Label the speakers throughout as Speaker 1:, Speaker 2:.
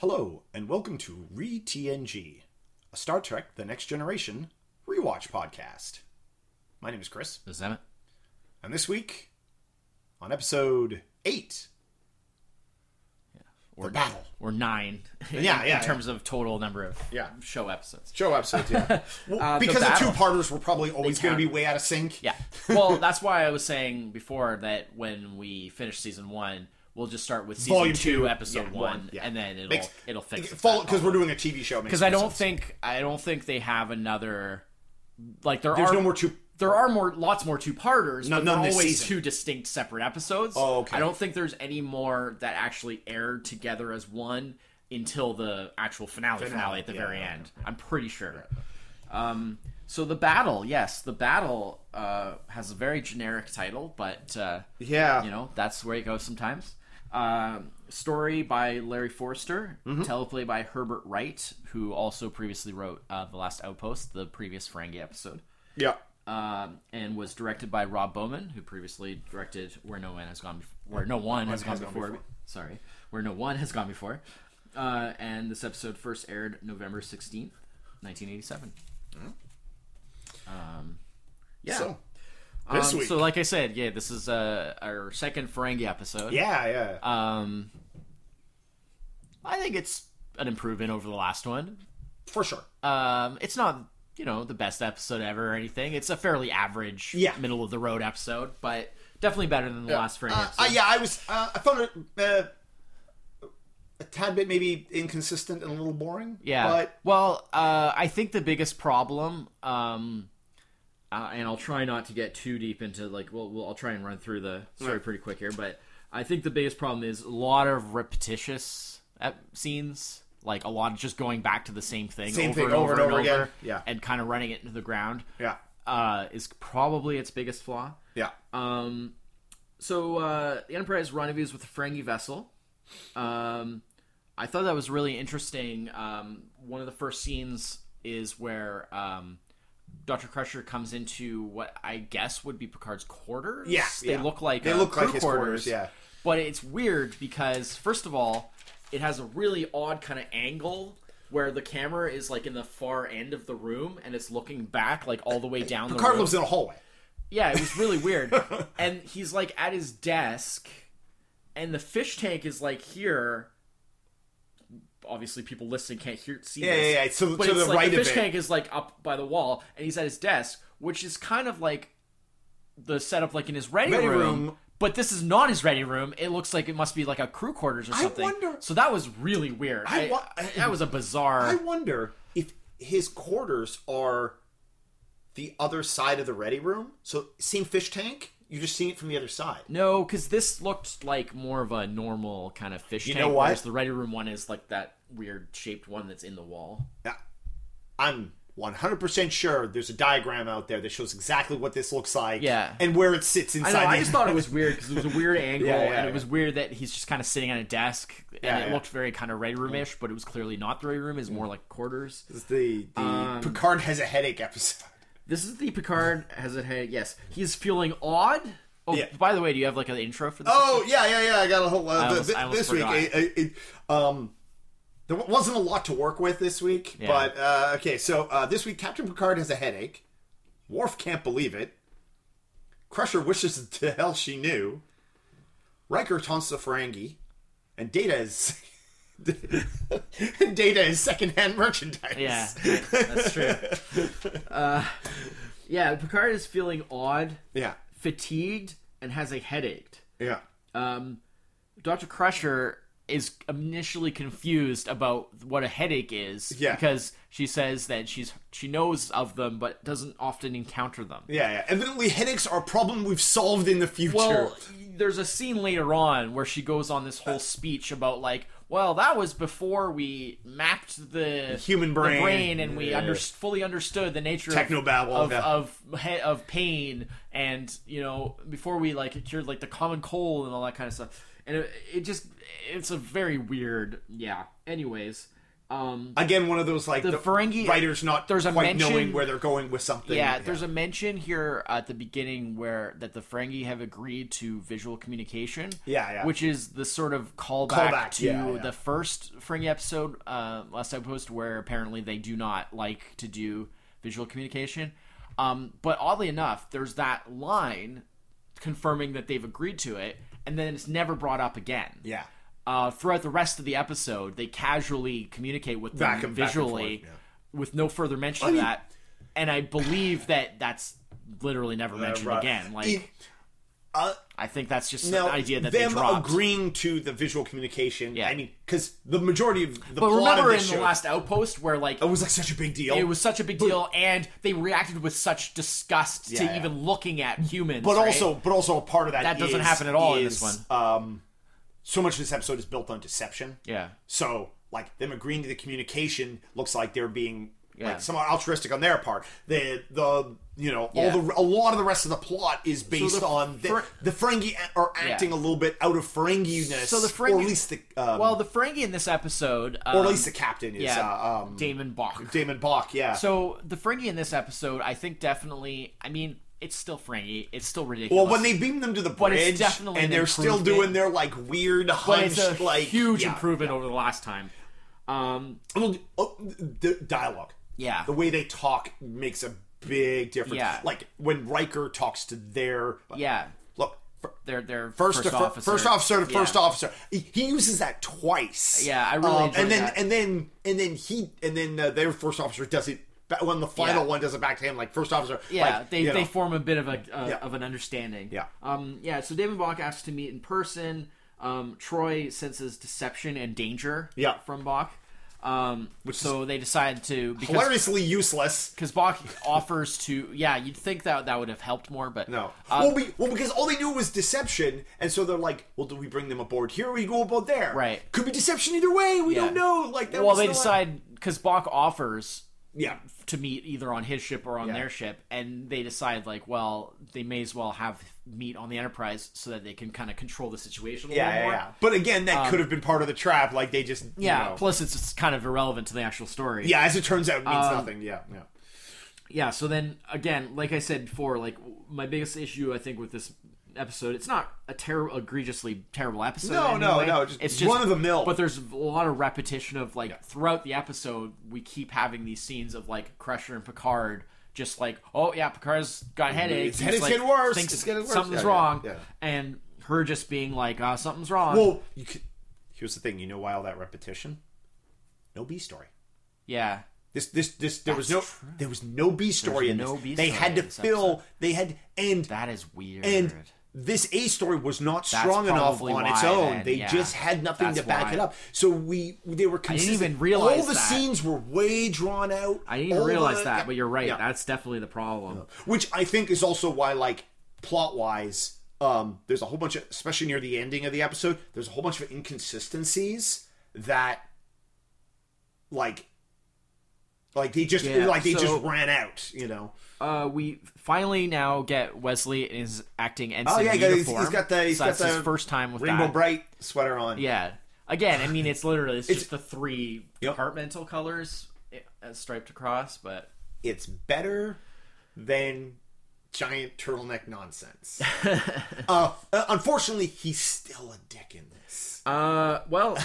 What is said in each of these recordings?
Speaker 1: Hello, and welcome to Re TNG, a Star Trek The Next Generation rewatch podcast. My name is Chris,
Speaker 2: Is that it?
Speaker 1: and this week, on episode 8,
Speaker 2: Or
Speaker 1: The Battle.
Speaker 2: Or nine.
Speaker 1: Yeah,
Speaker 2: in,
Speaker 1: yeah,
Speaker 2: In terms of total number of
Speaker 1: Yeah.
Speaker 2: show episodes. Uh,
Speaker 1: show episode, yeah. Well,
Speaker 2: The
Speaker 1: because the two
Speaker 2: Battle.
Speaker 1: parters were probably always going to be
Speaker 2: count.
Speaker 1: way out of sync.
Speaker 2: Yeah. Well, that's why I was saying before that when we finish season one, we'll just start with season
Speaker 1: Volume
Speaker 2: two,
Speaker 1: two,
Speaker 2: episode
Speaker 1: yeah,
Speaker 2: one,
Speaker 1: one, yeah.
Speaker 2: and then it'll
Speaker 1: Makes-
Speaker 2: it'll fix
Speaker 1: Follow Because we're doing a TV show.
Speaker 2: because I don't think I don't think they have another like there
Speaker 1: There's
Speaker 2: are
Speaker 1: no more two.
Speaker 2: there are more lots more two parters,
Speaker 1: No-
Speaker 2: but
Speaker 1: none
Speaker 2: they're
Speaker 1: this
Speaker 2: always
Speaker 1: season.
Speaker 2: two distinct separate episodes.
Speaker 1: Oh, okay.
Speaker 2: I don't think there's any more that actually aired together as one until the actual finale finale,
Speaker 1: Finale,
Speaker 2: at the
Speaker 1: yeah,
Speaker 2: very
Speaker 1: yeah,
Speaker 2: end. I'm pretty sure. Um, so the battle, yes, the battle uh, has a very generic title, but uh,
Speaker 1: Yeah.
Speaker 2: you know that's where it goes sometimes. Um story by Larry Forster, teleplay by Herbert Wright, who also previously wrote uh, the Last Outpost, the previous Ferengi episode
Speaker 1: Yeah.
Speaker 2: um, and was directed by Rob Bowman, who previously directed Where No Man Has Gone Before. Where No One Has, gone, before. Sorry, Where No One Has Gone Before. Uh, and this episode first aired November sixteenth, nineteen eighty-seven. Um, yeah.
Speaker 1: So,
Speaker 2: Um,
Speaker 1: this week.
Speaker 2: so like I said, yeah, this is uh, our second Ferengi episode.
Speaker 1: yeah, yeah.
Speaker 2: Um, I think it's an improvement over the last one.
Speaker 1: for sure.
Speaker 2: Um, it's not you know the best episode ever or anything. It's a fairly average,
Speaker 1: Yeah.
Speaker 2: middle of the road episode, but definitely better than the last frame.
Speaker 1: Uh,
Speaker 2: episode.
Speaker 1: uh, yeah, I was. Uh, I found it uh, a tad bit maybe inconsistent and a little boring.
Speaker 2: Yeah.
Speaker 1: but
Speaker 2: well, uh, I think the biggest problem, um, uh, and I'll try not to get too deep into like, well, we'll I'll try and run through the story pretty quick here, but I think the biggest problem is a lot of repetitious ep- scenes, like a lot of just going back to the same thing,
Speaker 1: Same
Speaker 2: over,
Speaker 1: thing
Speaker 2: and over, and over,
Speaker 1: again. Yeah.
Speaker 2: and kind of running it into the ground.
Speaker 1: yeah,
Speaker 2: Uh, is probably its biggest flaw.
Speaker 1: yeah,
Speaker 2: Um, so uh, the Enterprise rendezvous with the Ferengi vessel. Um, I thought that was really interesting. Um, one of the first scenes is where um, Doctor Crusher comes into what I guess would be Picard's quarters.
Speaker 1: Yeah,
Speaker 2: they
Speaker 1: yeah.
Speaker 2: look like
Speaker 1: They
Speaker 2: uh,
Speaker 1: look like
Speaker 2: crew
Speaker 1: his quarters, yeah.
Speaker 2: but it's weird because first of all, it has a really odd kind of angle. Where the camera is like in the far end of the room and it's looking back like all the way down the
Speaker 1: Picard
Speaker 2: room.
Speaker 1: lives in a hallway.
Speaker 2: Yeah, it was really weird. and he's like at his desk, and the fish tank is like here. Obviously, people listening can't hear see
Speaker 1: Yeah,
Speaker 2: this.
Speaker 1: yeah, yeah. So
Speaker 2: But
Speaker 1: to
Speaker 2: it's
Speaker 1: the
Speaker 2: like
Speaker 1: right
Speaker 2: the
Speaker 1: of
Speaker 2: fish
Speaker 1: it.
Speaker 2: tank is like up by the wall, and he's at his desk, which is kind of like the setup like in his ready,
Speaker 1: Ready
Speaker 2: room.
Speaker 1: room.
Speaker 2: But this is not his ready room. It looks like it must be like a crew quarters or something.
Speaker 1: wonder-
Speaker 2: so that was really weird.
Speaker 1: I
Speaker 2: I-
Speaker 1: wa-
Speaker 2: that was a bizarre.
Speaker 1: I wonder if his quarters are the other side of the ready room. So same fish tank. You just seen it from the other side.
Speaker 2: No, because this looked like more of a normal kind of fish
Speaker 1: You
Speaker 2: tank,
Speaker 1: know what?
Speaker 2: whereas the ready room one is like that weird shaped one that's in the wall.
Speaker 1: Yeah. I'm 100% sure there's a diagram out there that shows exactly what this looks like
Speaker 2: Yeah.
Speaker 1: and where it sits
Speaker 2: I
Speaker 1: inside.
Speaker 2: know. I
Speaker 1: the-
Speaker 2: just thought it was weird because it was a weird angle,
Speaker 1: Yeah, yeah,
Speaker 2: and
Speaker 1: yeah.
Speaker 2: it was weird that he's just kind of sitting on a desk, and
Speaker 1: Yeah,
Speaker 2: it
Speaker 1: yeah.
Speaker 2: looked very kind of ready roomish, but it was clearly not the ready room. It's more like quarters.
Speaker 1: It's the, the Picard has a headache episode.
Speaker 2: This is the Picard has a head. Yes, he's feeling odd. Oh,
Speaker 1: Yeah.
Speaker 2: by the way, do you have like an intro for this?
Speaker 1: Oh yeah, yeah, yeah. I got a whole uh,
Speaker 2: almost-
Speaker 1: th-
Speaker 2: I almost
Speaker 1: this week.
Speaker 2: forgot.
Speaker 1: It, it, it, um, there wa- wasn't a lot to work with this week, but uh, okay. So uh, this week, Captain Picard has a headache. Worf can't believe it. Crusher wishes to hell she knew. Riker taunts the Ferengi, and Data is. Data is secondhand merchandise.
Speaker 2: Yeah, right. that's true. uh, yeah, Picard is feeling odd,
Speaker 1: yeah,
Speaker 2: fatigued, and has a headache.
Speaker 1: yeah,
Speaker 2: um, Dr. Crusher is initially confused about what a headache is
Speaker 1: Yeah.
Speaker 2: because she says that she's she knows of them but doesn't often encounter them.
Speaker 1: yeah, yeah. Evidently, headaches are a problem we've solved in the future.
Speaker 2: Well, there's a scene later on where she goes on this whole speech about like, well, that was before we mapped the
Speaker 1: human
Speaker 2: the
Speaker 1: brain.
Speaker 2: and we
Speaker 1: Yeah.
Speaker 2: under, fully understood the nature
Speaker 1: Technobabble,
Speaker 2: of of,
Speaker 1: yeah.
Speaker 2: of he- of pain, and you know, before we like cured like the common cold and all that kind of stuff. And it, it just, it's a very weird, yeah. Anyways,
Speaker 3: Um,
Speaker 1: Again, one of those like
Speaker 2: The Ferengi- uh,
Speaker 1: writers not
Speaker 2: there's a
Speaker 1: quite
Speaker 2: mention-
Speaker 1: knowing where they're going with something.
Speaker 2: yeah, there's a mention here at the beginning where that the Ferengi have agreed to visual communication.
Speaker 1: Yeah, yeah.
Speaker 2: Which is the sort of callback,
Speaker 1: Callback,
Speaker 2: to
Speaker 1: yeah, yeah.
Speaker 2: the first Ferengi episode, uh, last outpost, where apparently they do not like to do visual communication. Um, but oddly enough, there's that line confirming that they've agreed to it, and then it's never brought up again
Speaker 1: yeah.
Speaker 2: uh, throughout the rest of the episode, they casually communicate with them
Speaker 1: Back and- back and
Speaker 2: visually,
Speaker 1: forth,
Speaker 2: with no further mention
Speaker 1: mean-
Speaker 2: of that. And I believe that that's literally never mentioned
Speaker 1: Uh, right.
Speaker 2: again. Like,
Speaker 1: It- uh,
Speaker 2: I think that's just
Speaker 1: now,
Speaker 2: an idea that they
Speaker 1: them
Speaker 2: dropped.
Speaker 1: agreeing to the visual communication.
Speaker 2: Yeah.
Speaker 1: I mean, because the majority of the
Speaker 2: but
Speaker 1: plot of Oh.
Speaker 2: remember in
Speaker 1: this
Speaker 2: the
Speaker 1: show-
Speaker 2: last outpost where like
Speaker 1: it was like such a big deal.
Speaker 2: it was such a big deal, and they reacted with such disgust to
Speaker 1: Yeah, yeah.
Speaker 2: even looking at humans.
Speaker 1: but
Speaker 2: right?
Speaker 1: also, but also a part of that
Speaker 2: That doesn't
Speaker 1: is-
Speaker 2: happen at all in this
Speaker 1: is, Um, so much of this episode is built on deception.
Speaker 2: yeah,
Speaker 1: So, like them agreeing to the communication looks like they're being
Speaker 2: Yeah.
Speaker 1: like somewhat altruistic on their part. The the you know
Speaker 2: Yeah.
Speaker 1: all the a lot of the rest of the plot is based
Speaker 2: the
Speaker 1: on the,
Speaker 2: Fer-
Speaker 1: the Ferengi a- are acting a little bit out of Ferengi-ness.
Speaker 2: So the
Speaker 1: or
Speaker 2: Ferengi-
Speaker 1: at least the um,
Speaker 2: well, the Ferengi in this episode, um,
Speaker 1: or at least the captain is
Speaker 2: yeah,
Speaker 1: uh, um,
Speaker 2: Damon Bach.
Speaker 1: Damon Bach. Yeah.
Speaker 2: So the Ferengi in this episode, I think definitely. I mean, it's still Ferengi. It's still ridiculous.
Speaker 1: well, when they beam them to the
Speaker 2: it's
Speaker 1: bridge,
Speaker 2: definitely an
Speaker 1: and they're still
Speaker 2: improvement.
Speaker 1: doing their like weird
Speaker 2: but it's
Speaker 1: hunched,
Speaker 2: a
Speaker 1: like
Speaker 2: huge
Speaker 1: yeah.
Speaker 2: improvement over the last time. Um,
Speaker 1: Well, oh, the dialogue.
Speaker 2: Yeah.
Speaker 1: The way they talk makes a big difference.
Speaker 2: Yeah.
Speaker 1: Like when Riker talks to their
Speaker 2: yeah,
Speaker 1: look fir-
Speaker 2: they're they're
Speaker 1: first
Speaker 2: first,
Speaker 1: to fir-
Speaker 2: officer.
Speaker 1: first officer to
Speaker 2: Yeah.
Speaker 1: first officer. He, he uses that twice. Um,
Speaker 2: Yeah, I really enjoyed
Speaker 1: and then
Speaker 2: that.
Speaker 1: and then and then he and then uh, their first officer does it. ba- When the final
Speaker 2: Yeah.
Speaker 1: one does it back to him, like first officer.
Speaker 2: Yeah,
Speaker 1: like,
Speaker 2: they,
Speaker 1: you know.
Speaker 2: they form a bit of a uh,
Speaker 1: Yeah.
Speaker 2: of an understanding.
Speaker 1: Yeah.
Speaker 2: Um. Yeah. So David Bach asks to meet in person. Um. Troy senses deception and danger.
Speaker 1: Yeah.
Speaker 2: From Bach. Um. Which so they decide to because
Speaker 1: hilariously useless.
Speaker 2: because Bach offers to yeah you'd think that that would have helped more but
Speaker 1: No.
Speaker 2: Um,
Speaker 1: well, be, well, because all they knew was deception, and so they're like, "Well, do we bring them aboard here, or we go aboard there?
Speaker 2: Right.
Speaker 1: Could be deception either way. We
Speaker 2: Yeah.
Speaker 1: don't know. Like, that
Speaker 2: well
Speaker 1: was
Speaker 2: they
Speaker 1: not-
Speaker 2: decide because Bach offers
Speaker 1: Yeah.
Speaker 2: to meet either on his ship or on
Speaker 1: Yeah.
Speaker 2: their ship, and they decide like, well, they may as well have meet on the Enterprise so that they can kind of control the situation a
Speaker 1: Yeah,
Speaker 2: little
Speaker 1: yeah,
Speaker 2: more.
Speaker 1: yeah. But again, that could have been part of the trap. Like they just,
Speaker 2: Um, Yeah,
Speaker 1: You know.
Speaker 2: plus it's just kind of irrelevant to the actual story.
Speaker 1: yeah. As it turns out, it means
Speaker 2: Um,
Speaker 1: nothing. Yeah, yeah.
Speaker 2: yeah. So then again, like I said before, like w- my biggest issue I think with this episode, it's not a terrible, egregiously terrible episode.
Speaker 1: No,
Speaker 2: in any
Speaker 1: no,
Speaker 2: way.
Speaker 1: no, just
Speaker 2: it's
Speaker 1: run-of-the-mill.
Speaker 2: But there's a lot of repetition of like throughout the episode, we keep having these scenes of like Crusher and Picard. Just like, oh yeah, Picard's got headaches.
Speaker 1: His
Speaker 2: He's,
Speaker 1: headache's
Speaker 2: like,
Speaker 1: getting worse.
Speaker 2: thinks
Speaker 1: It's getting worse." Yeah,
Speaker 2: Something's
Speaker 1: yeah,
Speaker 2: wrong.
Speaker 1: yeah.
Speaker 2: And her just being like, uh, something's wrong.
Speaker 1: Well, you could, here's the thing. You know why all that repetition? No B story.
Speaker 2: yeah.
Speaker 1: This, this, this. There was no, there was no B story
Speaker 2: There's
Speaker 1: in
Speaker 2: no
Speaker 1: this.
Speaker 2: B
Speaker 1: they
Speaker 2: story
Speaker 1: had
Speaker 2: in
Speaker 1: to
Speaker 2: this
Speaker 1: fill. They had and
Speaker 2: That is weird.
Speaker 1: and this A story was not strong enough
Speaker 2: probably
Speaker 1: on its
Speaker 2: why
Speaker 1: own.
Speaker 2: then,
Speaker 1: they
Speaker 2: yeah.
Speaker 1: just had nothing
Speaker 2: That's
Speaker 1: to back
Speaker 2: why.
Speaker 1: it up. So we they were consistent.
Speaker 2: even realize
Speaker 1: all the
Speaker 2: that.
Speaker 1: scenes were way drawn out.
Speaker 2: I didn't even
Speaker 1: All
Speaker 2: realize
Speaker 1: the-
Speaker 2: that,
Speaker 1: yeah,
Speaker 2: but you're right.
Speaker 1: yeah.
Speaker 2: That's definitely the problem.
Speaker 1: Which I think is also why, like plot wise, um, there's a whole bunch of especially near the ending of the episode. There's a whole bunch of inconsistencies that, like, like they just
Speaker 2: Yeah,
Speaker 1: like they
Speaker 2: so-
Speaker 1: just ran out. You know.
Speaker 2: Uh, we finally now get Wesley in his acting ensign
Speaker 1: Oh, yeah, he got- he's-
Speaker 2: uniform.
Speaker 1: he's got the- he's
Speaker 2: so
Speaker 1: got
Speaker 2: that's his
Speaker 1: the
Speaker 2: first time with
Speaker 1: Rainbow
Speaker 2: that.
Speaker 1: bright sweater on.
Speaker 2: Yeah. Again, I mean, it's literally it's,
Speaker 1: It's-
Speaker 2: just the three
Speaker 1: Yep.
Speaker 2: departmental colors uh, striped across, but
Speaker 1: it's better than giant turtleneck nonsense. uh, uh, unfortunately, he's still a dick in this.
Speaker 2: uh, well,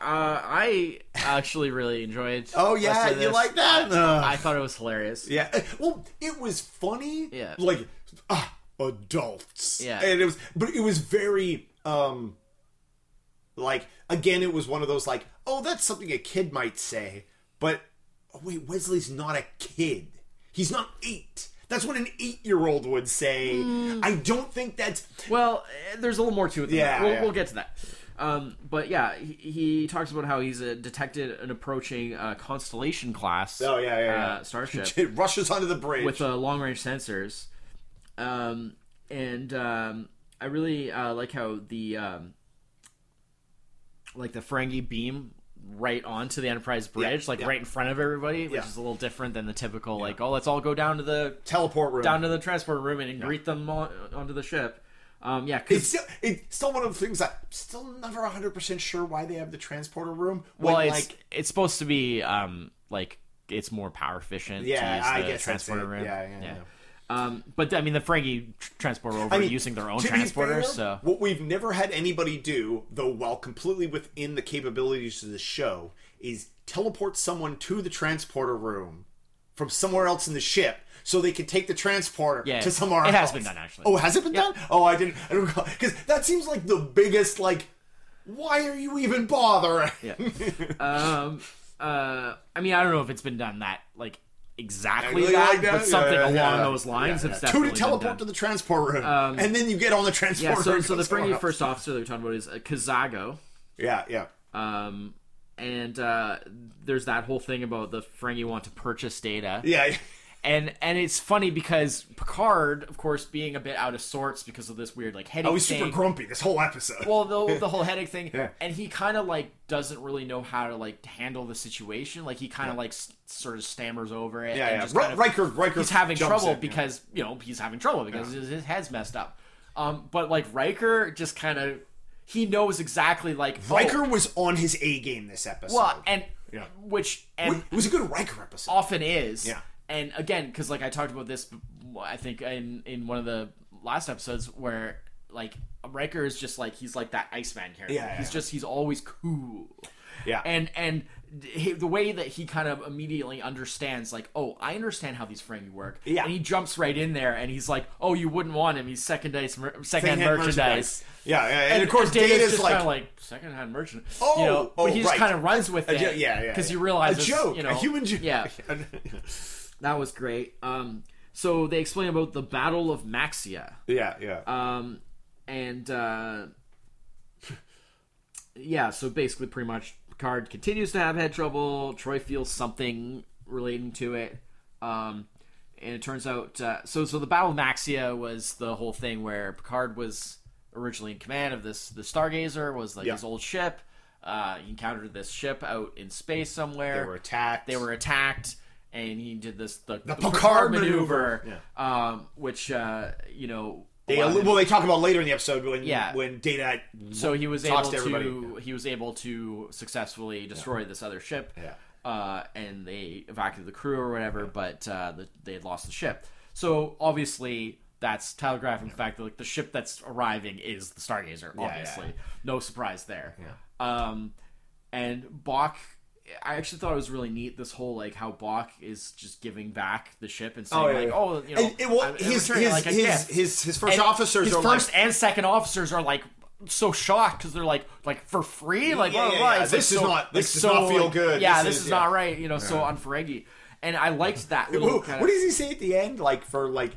Speaker 2: uh, I actually really enjoyed.
Speaker 1: Oh yeah,
Speaker 2: Wesley
Speaker 1: you
Speaker 2: this.
Speaker 1: like that?
Speaker 2: I thought it was hilarious.
Speaker 1: yeah. Uh, Well, it was funny.
Speaker 2: Yeah.
Speaker 1: Like ah, adults.
Speaker 2: Yeah.
Speaker 1: And it was, but it was very um, like again, it was one of those like, oh, that's something a kid might say, but oh, wait, Wesley's not a kid. He's not eight. That's what an eight-year-old would say. I don't think that's
Speaker 2: Well, eh, there's a little more to it. Than
Speaker 1: Yeah,
Speaker 2: that. We'll,
Speaker 1: yeah.
Speaker 2: we'll get to that. Um, but yeah, he, he talks about how he's uh, detected an approaching uh, constellation class.
Speaker 1: Oh yeah, yeah, yeah.
Speaker 2: uh, starship.
Speaker 1: It rushes onto the bridge.
Speaker 2: with uh, long range sensors. Um, and um, I really uh, like how the um, like the Ferengi beam right onto the Enterprise bridge, like
Speaker 1: yeah.
Speaker 2: right in front of everybody, which
Speaker 1: Yeah.
Speaker 2: is a little different than the typical like oh let's all go down to the
Speaker 1: teleport room.
Speaker 2: down to the transport room and greet them on, onto the ship.
Speaker 3: Um, yeah, 'cause-
Speaker 1: It's still, it's still one of the things that I'm still never 100% sure why they have the transporter room. When,
Speaker 2: Well, it's
Speaker 1: like,
Speaker 2: it's supposed to be um like it's more power efficient. to
Speaker 1: yeah,
Speaker 2: use
Speaker 1: I
Speaker 2: the
Speaker 1: guess that's it.
Speaker 2: transporter room.
Speaker 1: Yeah, yeah, yeah.
Speaker 2: Um, but I mean, the Ferengi tr- transporter over
Speaker 1: I mean,
Speaker 2: using their own
Speaker 1: to be fair,
Speaker 2: transporters, so
Speaker 1: what we've never had anybody do, though, while completely within the capabilities of the show, is teleport someone to the transporter room from somewhere else in the ship. So they can take the transporter
Speaker 2: Yeah,
Speaker 1: to somewhere else.
Speaker 2: it has been done, actually.
Speaker 1: Oh, has it been done? Oh, I didn't. I don't recall because that seems like the biggest. Like, why are you even bothering?
Speaker 2: um, uh, I mean, I don't know if it's been done that like exactly
Speaker 1: Really
Speaker 2: that,
Speaker 1: like that?
Speaker 2: but something
Speaker 1: Yeah,
Speaker 2: along
Speaker 1: yeah, yeah.
Speaker 2: those lines
Speaker 1: Yeah,
Speaker 2: have
Speaker 1: yeah. Two
Speaker 2: definitely
Speaker 1: to
Speaker 2: been done.
Speaker 1: teleport to the transport room,
Speaker 2: Um,
Speaker 1: and then you get on the transport
Speaker 3: yeah. So,
Speaker 1: room.
Speaker 3: so the
Speaker 1: somewhere
Speaker 3: Ferengi
Speaker 1: else.
Speaker 3: first officer that we're talking about is uh, Kazago.
Speaker 1: Yeah, yeah.
Speaker 3: Um, and uh, there's that whole thing about the Ferengi want to purchase data.
Speaker 1: Yeah, yeah.
Speaker 2: and and it's funny because Picard, of course, being a bit out of sorts because of this weird like headache.
Speaker 1: I was
Speaker 2: thing.
Speaker 1: Oh, super grumpy this whole episode.
Speaker 2: well, the, the whole headache thing, and he kind of like doesn't really know how to like handle the situation. Like he kind of like s- sort of stammers over it.
Speaker 1: yeah,
Speaker 2: and
Speaker 1: yeah.
Speaker 2: Just
Speaker 1: Ri-
Speaker 2: kind of,
Speaker 1: Riker, Riker.
Speaker 2: he's having
Speaker 1: jumps
Speaker 2: trouble
Speaker 1: in, yeah.
Speaker 2: because you know he's having trouble because his, his head's messed up. Um, but like Riker just kind of he knows exactly like oh,
Speaker 1: Riker was on his A game this episode.
Speaker 2: well, and
Speaker 1: Yeah.
Speaker 2: which and
Speaker 1: it was a good Riker episode.
Speaker 2: often is.
Speaker 1: Yeah.
Speaker 2: And again, because like I talked about this, I think in in one of the last episodes where like Riker is just like he's like that Iceman character.
Speaker 1: Yeah, yeah,
Speaker 2: he's
Speaker 1: yeah.
Speaker 2: just he's always cool.
Speaker 1: Yeah.
Speaker 2: And and he, the way that he kind of immediately understands, like, oh, I understand how these Ferengi work.
Speaker 1: Yeah.
Speaker 2: And he jumps right in there, and he's like, oh, you wouldn't want him. He's second-hand mer- secondhand
Speaker 1: Secondhand
Speaker 2: merchandise.
Speaker 1: Yeah, yeah, and, of course,
Speaker 2: Data's
Speaker 1: Data's
Speaker 2: just
Speaker 1: like,
Speaker 2: kinda like secondhand merchant.
Speaker 1: Oh,
Speaker 2: you know,
Speaker 1: oh,
Speaker 2: but he just
Speaker 1: right.
Speaker 2: kind of runs with it.
Speaker 1: jo- yeah, yeah,
Speaker 2: because
Speaker 1: yeah.
Speaker 2: you realize
Speaker 1: a
Speaker 2: it's,
Speaker 1: joke,
Speaker 2: you know,
Speaker 1: a human joke.
Speaker 2: Yeah,
Speaker 3: That was great. Um, so they explain about the Battle of Maxia.
Speaker 1: yeah, yeah.
Speaker 3: Um, and uh, yeah, so basically, pretty much, Picard continues to have head trouble. Troy feels something relating to it. Um, and it turns out, uh, so so the Battle of Maxia was the whole thing where Picard was originally in command of this the Stargazer was like
Speaker 2: Yeah.
Speaker 3: his old ship. Uh, he encountered this ship out in space somewhere
Speaker 1: they were attacked.
Speaker 3: they were attacked and he did this the, the
Speaker 1: Picard maneuver.
Speaker 3: um, which uh, you know
Speaker 1: They,
Speaker 3: allowed him-
Speaker 1: well, they talk about later in the episode when
Speaker 3: Yeah.
Speaker 1: when Data.
Speaker 3: so he was
Speaker 1: talks
Speaker 3: able
Speaker 1: to
Speaker 3: to,
Speaker 1: everybody.
Speaker 3: he was able to successfully destroy this other ship
Speaker 1: Yeah.
Speaker 3: uh, and they evacuated the crew or whatever but uh, the, they had lost the ship so obviously that's telegraphing the fact that like the ship that's arriving is the stargazer obviously no surprise there um, and Bach. I actually thought it was really neat this whole like how Bach is just giving back the ship and saying
Speaker 1: Oh, yeah,
Speaker 3: like
Speaker 1: yeah.
Speaker 3: oh you know
Speaker 1: And, and, well,
Speaker 3: I'm- I'm
Speaker 1: his,
Speaker 3: returning it
Speaker 1: his,
Speaker 3: like a
Speaker 1: his,
Speaker 3: gift."
Speaker 1: his, his first
Speaker 2: And
Speaker 1: officers
Speaker 2: his
Speaker 1: are
Speaker 2: first
Speaker 1: like,
Speaker 2: and second officers are like so shocked because they're like like for free like
Speaker 1: Yeah,
Speaker 2: blah,
Speaker 1: yeah,
Speaker 2: blah,
Speaker 1: yeah.
Speaker 2: It's,
Speaker 1: This
Speaker 2: like,
Speaker 1: does
Speaker 2: so-
Speaker 1: not- this
Speaker 2: like,
Speaker 1: does
Speaker 2: so-
Speaker 1: not feel good. This
Speaker 2: yeah this,
Speaker 1: is-
Speaker 2: is,
Speaker 1: yeah.
Speaker 2: not right you know so on Ferengi and I liked that little
Speaker 1: Who-
Speaker 2: kind
Speaker 1: what
Speaker 2: of
Speaker 1: does he say at the end? Like for like,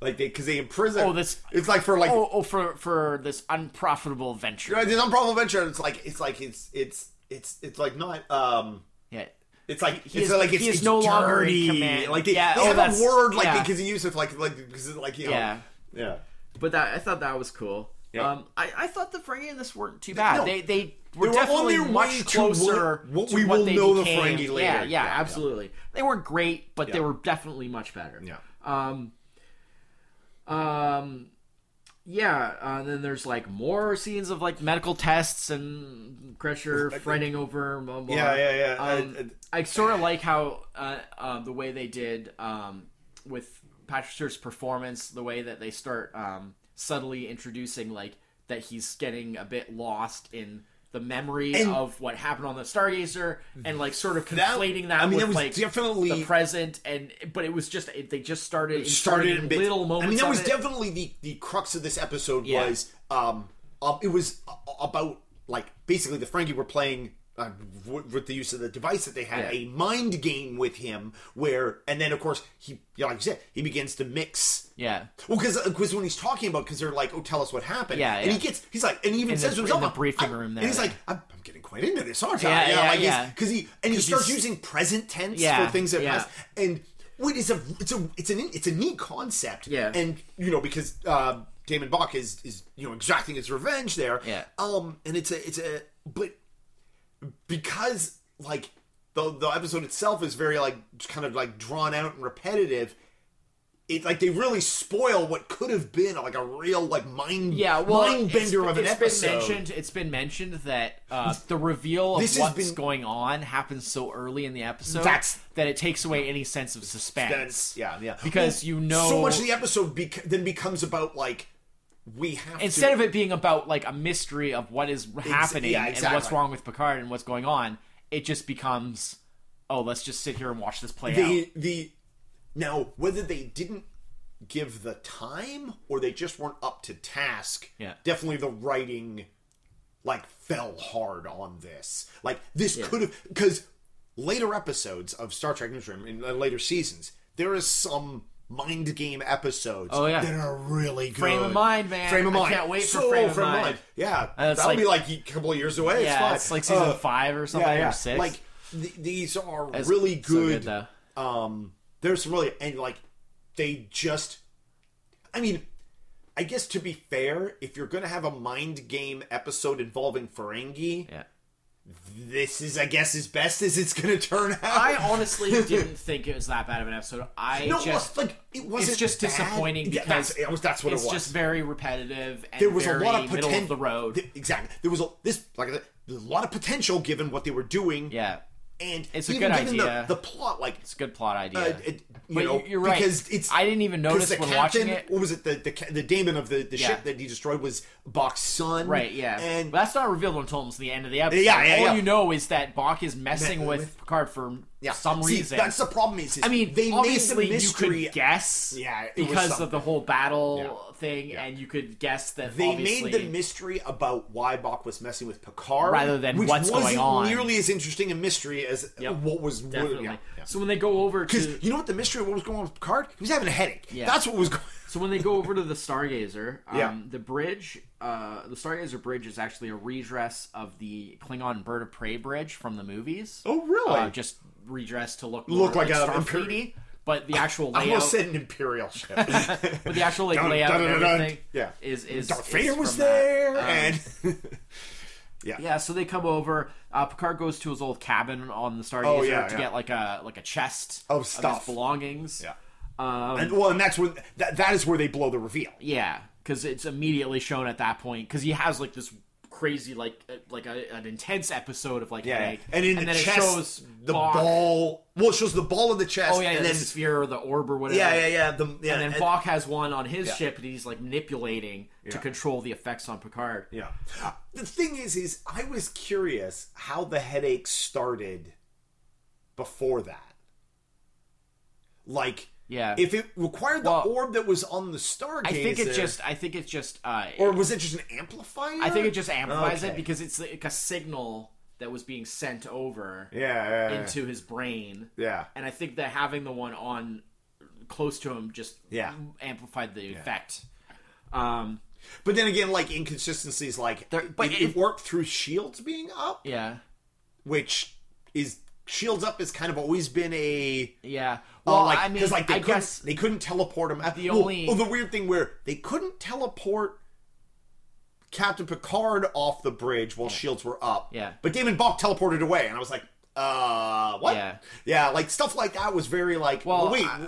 Speaker 1: like they because they imprison.
Speaker 2: Oh, this-
Speaker 1: It's like for like
Speaker 2: oh, oh for for this unprofitable venture
Speaker 1: this unprofitable venture. It's like it's like it's it's it's it's like not um.
Speaker 2: yeah
Speaker 1: It's like
Speaker 2: He
Speaker 1: it's
Speaker 2: is-
Speaker 1: like it's,
Speaker 2: he is
Speaker 1: it's
Speaker 2: no
Speaker 1: dirty.
Speaker 2: longer in command.
Speaker 1: Like they,
Speaker 2: Yeah,
Speaker 1: they
Speaker 2: oh,
Speaker 1: have
Speaker 2: that's-
Speaker 1: a word like
Speaker 2: yeah.
Speaker 1: because he uses like like because like you know
Speaker 2: Yeah.
Speaker 1: yeah.
Speaker 3: But that I thought that was cool.
Speaker 1: Yeah.
Speaker 3: Um, I, I thought the Ferengi in this weren't too
Speaker 2: yeah
Speaker 3: bad.
Speaker 1: No.
Speaker 2: they they
Speaker 1: They
Speaker 2: were
Speaker 1: were
Speaker 2: definitely
Speaker 1: on their way
Speaker 2: much
Speaker 1: to
Speaker 2: closer
Speaker 1: what- what
Speaker 2: to
Speaker 1: we will
Speaker 2: they
Speaker 1: know the
Speaker 2: became.
Speaker 1: Ferengi later.
Speaker 3: yeah, yeah,
Speaker 1: Yeah, yeah.
Speaker 3: absolutely. They weren't great, but they were definitely much better.
Speaker 1: Yeah.
Speaker 3: Um. Um. Yeah, uh, and then there's like more scenes of like medical tests and Crusher fretting over blah blah.
Speaker 1: Yeah, yeah, yeah.
Speaker 3: Um,
Speaker 1: Uh, uh,
Speaker 3: I sort of like how uh, uh, the way they did um, with Patrick Stewart's performance, the way that they start um, subtly introducing like that he's getting a bit lost in the memory
Speaker 1: And-
Speaker 3: of what happened on the Stargazer, and like sort of conflating that,
Speaker 1: I mean,
Speaker 3: with
Speaker 1: that was
Speaker 3: like
Speaker 1: definitely-
Speaker 3: the present, and but it was just it, they just started
Speaker 1: started
Speaker 3: started
Speaker 1: in
Speaker 3: little moments.
Speaker 1: I mean, that
Speaker 3: of
Speaker 1: was
Speaker 3: it.
Speaker 1: definitely the the crux of this episode
Speaker 3: Yeah.
Speaker 1: was um, um it was a- about like basically the Frankie were playing. Uh, w- with the use of the device that they had,
Speaker 3: Yeah.
Speaker 1: a mind game with him, where and then of course he, you know, like you said, he begins to mix
Speaker 2: yeah
Speaker 1: Well, because when he's talking about, because they're like, "Oh, tell us what happened,"
Speaker 2: Yeah,
Speaker 1: and he
Speaker 2: yeah.
Speaker 1: gets, he's like, and he even
Speaker 2: In
Speaker 1: says
Speaker 2: the-
Speaker 1: to himself,
Speaker 2: in the
Speaker 1: "I'm-
Speaker 2: briefing
Speaker 1: I'm-"
Speaker 2: room
Speaker 1: and
Speaker 2: there,
Speaker 1: he's
Speaker 2: yeah.
Speaker 1: like, "I'm, I'm getting quite into this, aren't I?"
Speaker 2: Yeah, yeah, yeah.
Speaker 1: because he and he
Speaker 2: 'Cause
Speaker 1: starts
Speaker 2: he's-
Speaker 1: using present tense
Speaker 2: Yeah,
Speaker 1: for things that
Speaker 3: yeah.
Speaker 1: pass, and what is a it's a it's an it's a neat concept,
Speaker 3: Yeah.
Speaker 1: and you know because uh, Damon Bach is is you know exacting his revenge there,
Speaker 2: Yeah.
Speaker 1: um, and it's a it's a but because like the the episode itself is very like just kind of like drawn out and repetitive it like they really spoil what could have been like a real like mind
Speaker 2: Yeah, well,
Speaker 1: mind bender
Speaker 2: it's,
Speaker 1: of an
Speaker 2: it's
Speaker 1: episode.
Speaker 2: Been mentioned, it's been mentioned that uh, the reveal of
Speaker 1: This has
Speaker 2: what's
Speaker 1: been-
Speaker 2: going on happens so early in the episode
Speaker 1: That's-
Speaker 2: that it takes away any sense of suspense.
Speaker 1: That's- yeah, yeah.
Speaker 2: Because you know-
Speaker 1: so much of the episode bec- then becomes about like we have
Speaker 2: Instead
Speaker 1: to,
Speaker 2: of it being about like a mystery of what is happening
Speaker 1: yeah,
Speaker 2: and what's
Speaker 1: exactly.
Speaker 2: wrong with Picard and what's going on, it just becomes, oh, let's just sit here and watch this play out.
Speaker 1: the the now whether they didn't give the time or they just weren't up to task
Speaker 2: Yeah.
Speaker 1: definitely the writing like fell hard on this like this could have because later episodes of star trek newsroom in uh, later seasons there is some mind game episodes
Speaker 2: Oh, yeah.
Speaker 1: that are really good
Speaker 2: Frame of mind, man.
Speaker 1: frame of
Speaker 2: I
Speaker 1: mind
Speaker 2: can't wait for
Speaker 1: So
Speaker 2: Frame of Mind.
Speaker 1: yeah
Speaker 2: that's
Speaker 1: that'll
Speaker 2: like-
Speaker 1: be like a couple of years away it's,
Speaker 2: Yeah,
Speaker 1: fine.
Speaker 2: it's like season
Speaker 1: Uh,
Speaker 2: five or something or six.
Speaker 1: like th- these are
Speaker 2: That's
Speaker 1: really
Speaker 2: so good,
Speaker 1: good.
Speaker 2: though.
Speaker 1: um, there's some really and like they just. I mean, I guess to be fair, if you're gonna have a mind game episode involving Ferengi,
Speaker 2: yeah.
Speaker 1: this is I guess as best as it's gonna turn out.
Speaker 2: I honestly didn't think it was that bad of an episode. I
Speaker 1: no, it
Speaker 2: just
Speaker 1: was, like it wasn't.
Speaker 2: just
Speaker 1: bad.
Speaker 2: disappointing
Speaker 1: Yeah, that's,
Speaker 2: because
Speaker 1: it was, that's what
Speaker 2: it's
Speaker 1: it was.
Speaker 2: just very repetitive and
Speaker 1: there was
Speaker 2: very
Speaker 1: a lot of
Speaker 2: middle
Speaker 1: potential.
Speaker 2: of the road.
Speaker 1: exactly. There was a this like I said, there's a lot of potential given what they were doing.
Speaker 2: yeah,
Speaker 1: and
Speaker 2: It's a
Speaker 1: even
Speaker 2: good
Speaker 1: given
Speaker 2: idea.
Speaker 1: The, the plot, like
Speaker 2: it's a good plot idea.
Speaker 1: Uh, it, you
Speaker 2: but
Speaker 1: know,
Speaker 2: you- you're right.
Speaker 1: Because it's
Speaker 2: I didn't even notice
Speaker 1: because the
Speaker 2: when
Speaker 1: captain,
Speaker 2: watching it.
Speaker 1: What was it? The the, ca- the daemon of the, the
Speaker 2: Yeah.
Speaker 1: ship that he destroyed was Bach's son.
Speaker 2: Right, yeah.
Speaker 1: And
Speaker 2: but that's not revealed until almost the end of the episode.
Speaker 1: Yeah, yeah,
Speaker 2: All
Speaker 1: yeah.
Speaker 2: you know is that Bach is messing
Speaker 1: Me-
Speaker 2: with,
Speaker 1: with-
Speaker 2: Picard for
Speaker 1: yeah.
Speaker 2: some
Speaker 1: See,
Speaker 2: reason.
Speaker 1: That's the problem. Is, is
Speaker 2: I mean,
Speaker 1: they
Speaker 2: obviously
Speaker 1: made the mystery.
Speaker 2: you could guess
Speaker 1: Yeah, it was
Speaker 2: because of
Speaker 1: something.
Speaker 2: the whole battle
Speaker 1: Yeah.
Speaker 2: thing, and you could guess that
Speaker 1: they
Speaker 2: obviously
Speaker 1: made the mystery about why Bach was messing with Picard
Speaker 2: Rather than
Speaker 1: which
Speaker 2: what's going
Speaker 1: wasn't
Speaker 2: on.
Speaker 1: Nearly as interesting a mystery as what was
Speaker 2: definitely.
Speaker 1: What, yeah.
Speaker 2: So when they go over
Speaker 1: Because
Speaker 2: to
Speaker 1: you know what the mystery of what was going on with Picard? He was having a headache.
Speaker 2: Yeah.
Speaker 1: That's what was going.
Speaker 2: So when they go over to the Stargazer, um,
Speaker 1: Yeah.
Speaker 2: the bridge, uh, the Stargazer bridge is actually a redress of the Klingon Bird of Prey bridge from the movies.
Speaker 1: Oh, really?
Speaker 2: Uh, just redressed to look
Speaker 1: Look
Speaker 2: more
Speaker 1: like a
Speaker 2: Starfleety, but the actual
Speaker 1: I
Speaker 2: layout,
Speaker 1: almost said an imperial ship.
Speaker 2: but the actual like,
Speaker 1: Dun,
Speaker 2: layout
Speaker 1: dun, dun,
Speaker 2: and
Speaker 1: dun.
Speaker 2: everything,
Speaker 1: Yeah.
Speaker 2: is is
Speaker 1: Darth
Speaker 2: is
Speaker 1: Vader was
Speaker 2: from that.
Speaker 1: there,
Speaker 2: Um,
Speaker 1: and
Speaker 2: yeah, so they come over. Uh, Picard goes to his old cabin on the Stargazer
Speaker 1: Oh, yeah,
Speaker 2: to
Speaker 1: yeah.
Speaker 2: get like a like a chest
Speaker 1: Of
Speaker 2: his
Speaker 1: stuff.
Speaker 2: belongings.
Speaker 1: Yeah.
Speaker 2: Um,
Speaker 1: And well, and that's when that, that is where they blow the reveal.
Speaker 2: Yeah, because it's immediately shown at that point because he has like this crazy like uh, like a, an intense episode of like headache,
Speaker 1: and in the
Speaker 2: then
Speaker 1: chest,
Speaker 2: it shows
Speaker 1: the
Speaker 2: Bach-
Speaker 1: ball. Well, it shows the ball in the chest.
Speaker 2: Oh yeah,
Speaker 1: and
Speaker 2: the
Speaker 1: then
Speaker 2: sphere or the orb or whatever.
Speaker 1: yeah, yeah, yeah. The, yeah,
Speaker 2: And then
Speaker 1: and-
Speaker 2: Bach has one on his
Speaker 1: Yeah.
Speaker 2: ship that he's like manipulating to control the effects on Picard.
Speaker 1: yeah. The thing is, is I was curious how the headache started before that. Like,
Speaker 2: Yeah.
Speaker 1: if it required the
Speaker 2: Well,
Speaker 1: orb that was on the Stargazer,
Speaker 2: I think it just. I think it just. Uh,
Speaker 1: or was it just an amplifier?
Speaker 2: I think it just amplifies it
Speaker 1: Okay.
Speaker 2: because it's like a signal that was being sent over
Speaker 1: yeah, yeah,
Speaker 2: into his brain.
Speaker 1: yeah.
Speaker 2: and I think that having the one on close to him just
Speaker 1: Yeah.
Speaker 2: amplified the effect. Um,
Speaker 1: But then again, like inconsistencies, like
Speaker 2: There- but
Speaker 1: it,
Speaker 2: it-
Speaker 1: it worked through shields being up.
Speaker 2: yeah,
Speaker 1: which is Shields Up has kind of always been a
Speaker 2: yeah.
Speaker 1: well,
Speaker 2: Well,
Speaker 1: Oh, like,
Speaker 2: I mean,
Speaker 1: 'cause, like they
Speaker 2: I
Speaker 1: couldn't,
Speaker 2: guess
Speaker 1: they couldn't teleport him. The
Speaker 2: only-
Speaker 1: oh, the weird thing where they couldn't teleport Captain Picard off the bridge while Shields were up.
Speaker 2: Yeah.
Speaker 1: but Damon Bach teleported away, and I was like, uh, what?
Speaker 2: Yeah.
Speaker 1: yeah, like stuff like that was very like. Well,
Speaker 2: Well,
Speaker 1: wait,
Speaker 2: I-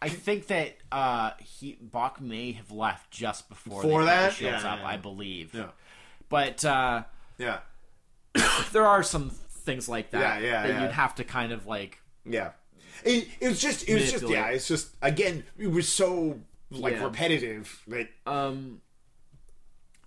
Speaker 2: I think that uh, he Bach may have left just before
Speaker 1: Before
Speaker 2: they put
Speaker 1: that?
Speaker 2: the shields
Speaker 1: Yeah,
Speaker 2: up,
Speaker 1: yeah,
Speaker 2: I believe.
Speaker 1: Yeah.
Speaker 2: But uh,
Speaker 1: yeah,
Speaker 2: there are some things like that
Speaker 1: Yeah, yeah,
Speaker 2: that
Speaker 1: yeah.
Speaker 2: you'd have to kind of like.
Speaker 1: yeah. It, it was just, it was just, yeah,
Speaker 2: Manipulate.
Speaker 1: it's just again, it was so like
Speaker 2: Yeah.
Speaker 1: repetitive that
Speaker 2: Um,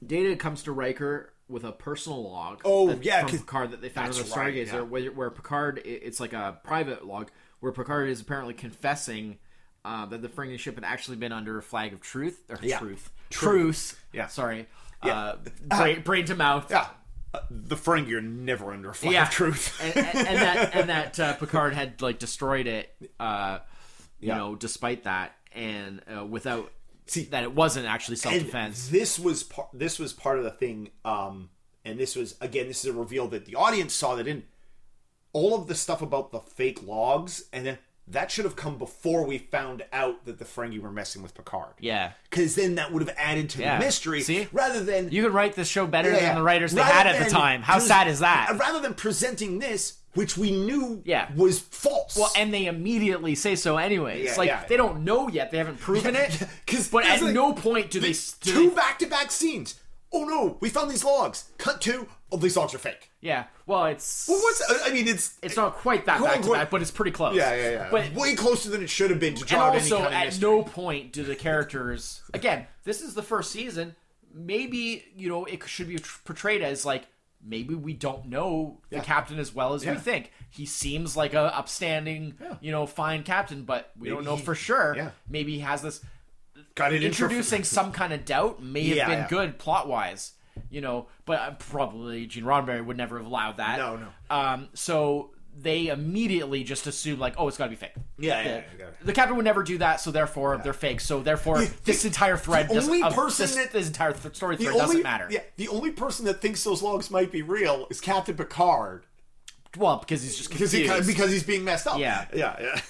Speaker 2: Data comes to Riker with a personal log.
Speaker 1: Oh,
Speaker 2: that-
Speaker 1: yeah,
Speaker 2: from
Speaker 1: 'cause-
Speaker 2: Picard that they found in the
Speaker 1: that's right,
Speaker 2: Stargazer,
Speaker 1: yeah.
Speaker 2: where, where Picard i- it's like a private log where Picard is apparently confessing uh, that the Ferengi ship had actually been under a flag of truth or
Speaker 1: Yeah.
Speaker 2: truth,
Speaker 1: Truth.
Speaker 2: truth.
Speaker 1: Yeah. Ah.
Speaker 2: sorry. Uh, brain, brain to mouth.
Speaker 1: yeah. Uh, the Ferengi are never under a flag
Speaker 2: Yeah.
Speaker 1: of truth.
Speaker 2: and, and, and that and that uh, Picard had like destroyed it, uh, you
Speaker 1: Yeah.
Speaker 2: know, despite that, and uh, without
Speaker 1: See-
Speaker 2: that it wasn't actually self
Speaker 1: And
Speaker 2: defense.
Speaker 1: This was part. This was part of the thing. Um, and this was again. This is a reveal that the audience saw that in all of the stuff about the fake logs, and then that should have come before we found out that the Ferengi were messing with Picard.
Speaker 2: Yeah.
Speaker 1: Because then that would have added to
Speaker 2: Yeah.
Speaker 1: the mystery.
Speaker 2: See?
Speaker 1: Rather than.
Speaker 2: You could write this show better
Speaker 1: Yeah, yeah.
Speaker 2: than the writers they
Speaker 1: Rather
Speaker 2: had at the
Speaker 1: than
Speaker 2: time. How
Speaker 1: pres- uh,
Speaker 2: sad is that?
Speaker 1: Rather than presenting this, which we knew
Speaker 2: Yeah.
Speaker 1: was false.
Speaker 2: Well, and they immediately say so anyways.
Speaker 1: Yeah,
Speaker 2: like
Speaker 1: yeah.
Speaker 2: they don't know yet; they haven't proven it.
Speaker 1: 'Cause
Speaker 2: but at
Speaker 1: there's, like,
Speaker 2: no point do they
Speaker 1: the
Speaker 2: s- do
Speaker 1: two
Speaker 2: they-
Speaker 1: back to back scenes. Oh no, we found these logs. Cut two. Oh, these logs are fake.
Speaker 2: Yeah. Well, it's
Speaker 1: Well, what's. uh, I mean, it's.
Speaker 2: it's not quite that
Speaker 1: Quote,
Speaker 2: back to
Speaker 1: unquote-
Speaker 2: back, but it's pretty close.
Speaker 1: yeah, yeah, yeah.
Speaker 2: But
Speaker 1: Way closer than it should have been to
Speaker 2: and
Speaker 1: draw out any
Speaker 2: also
Speaker 1: kind of
Speaker 2: at
Speaker 1: mystery.
Speaker 2: no point do the characters again. This is the first season. Maybe you know it should be tr- portrayed as like maybe we don't know
Speaker 1: Yeah.
Speaker 2: the captain as well as we
Speaker 1: Yeah.
Speaker 2: think. He seems like a upstanding,
Speaker 1: Yeah.
Speaker 2: you know, fine captain, but we don't
Speaker 1: Maybe
Speaker 2: know
Speaker 1: he-
Speaker 2: for sure.
Speaker 1: yeah.
Speaker 2: Maybe he has this.
Speaker 1: Got it in for-
Speaker 2: introducing some kind of doubt may have
Speaker 1: Yeah,
Speaker 2: been
Speaker 1: yeah.
Speaker 2: good plot wise, you know, but uh, probably Gene Roddenberry would never have allowed that.
Speaker 1: No, no.
Speaker 2: Um, so they immediately just assume like, oh, it's got to be fake.
Speaker 1: Yeah, yeah,
Speaker 2: The,
Speaker 1: yeah, you gotta-
Speaker 2: the captain would never do that, so therefore they're fake. So therefore, this entire thread,
Speaker 1: the
Speaker 2: doesn't-
Speaker 1: only
Speaker 2: of
Speaker 1: person
Speaker 2: this,
Speaker 1: that-
Speaker 2: this entire th- story
Speaker 1: The
Speaker 2: thread
Speaker 1: only-
Speaker 2: doesn't matter.
Speaker 1: Yeah, the only person that thinks those logs might be real is Captain Picard
Speaker 2: Well, because he's just
Speaker 1: because
Speaker 2: confused.
Speaker 1: he because he's being messed up.
Speaker 2: Yeah. Um,
Speaker 1: yeah, yeah.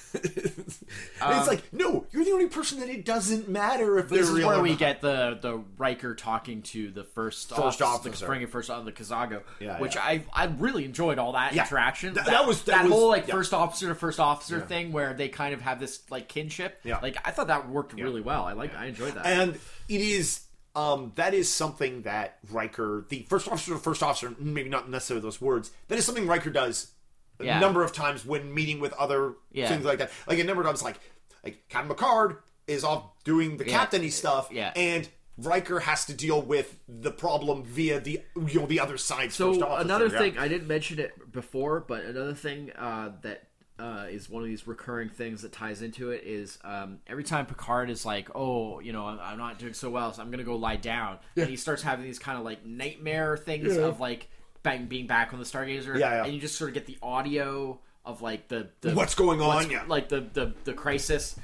Speaker 1: it's like no, you're the only person that it doesn't matter if
Speaker 2: this
Speaker 1: they're
Speaker 2: is
Speaker 1: real.
Speaker 2: where
Speaker 1: or
Speaker 2: we
Speaker 1: not.
Speaker 2: get the the Riker talking to the first
Speaker 1: First
Speaker 2: officer, the
Speaker 1: officer.
Speaker 2: Ferengi first officer, the Kazago,
Speaker 1: Yeah,
Speaker 2: which
Speaker 1: yeah.
Speaker 2: I I really enjoyed all that
Speaker 1: Yeah.
Speaker 2: interaction.
Speaker 1: Th- that was- that was-
Speaker 2: whole like
Speaker 1: yeah.
Speaker 2: first officer to first officer thing where they kind of have this like kinship.
Speaker 1: Yeah.
Speaker 2: like I thought that worked really well. I like I enjoyed that.
Speaker 1: and it is um that is something that Riker, the first officer, of first officer, maybe not necessarily those words. That is something Riker does a
Speaker 2: Yeah.
Speaker 1: number of times when meeting with other
Speaker 2: Yeah.
Speaker 1: things like that. Like a number of times, like like Captain Picard is off doing the captainy stuff,
Speaker 2: Yeah.
Speaker 1: and. Riker has to deal with the problem via the you know the other side. first
Speaker 3: So
Speaker 1: officer,
Speaker 3: another
Speaker 1: yeah.
Speaker 3: thing I didn't mention it before, but another thing uh, that uh, is one of these recurring things that ties into it is um,
Speaker 2: every time Picard is like, "Oh, you know, I'm, I'm not doing so well, so I'm gonna go lie down," and he starts having these kind of like nightmare things of like bang, being back on the Stargazer,
Speaker 1: Yeah, yeah.
Speaker 2: and you just sort of get the audio of like the, the
Speaker 1: What's going on,
Speaker 2: what's-
Speaker 1: yeah.
Speaker 2: like the the the crisis,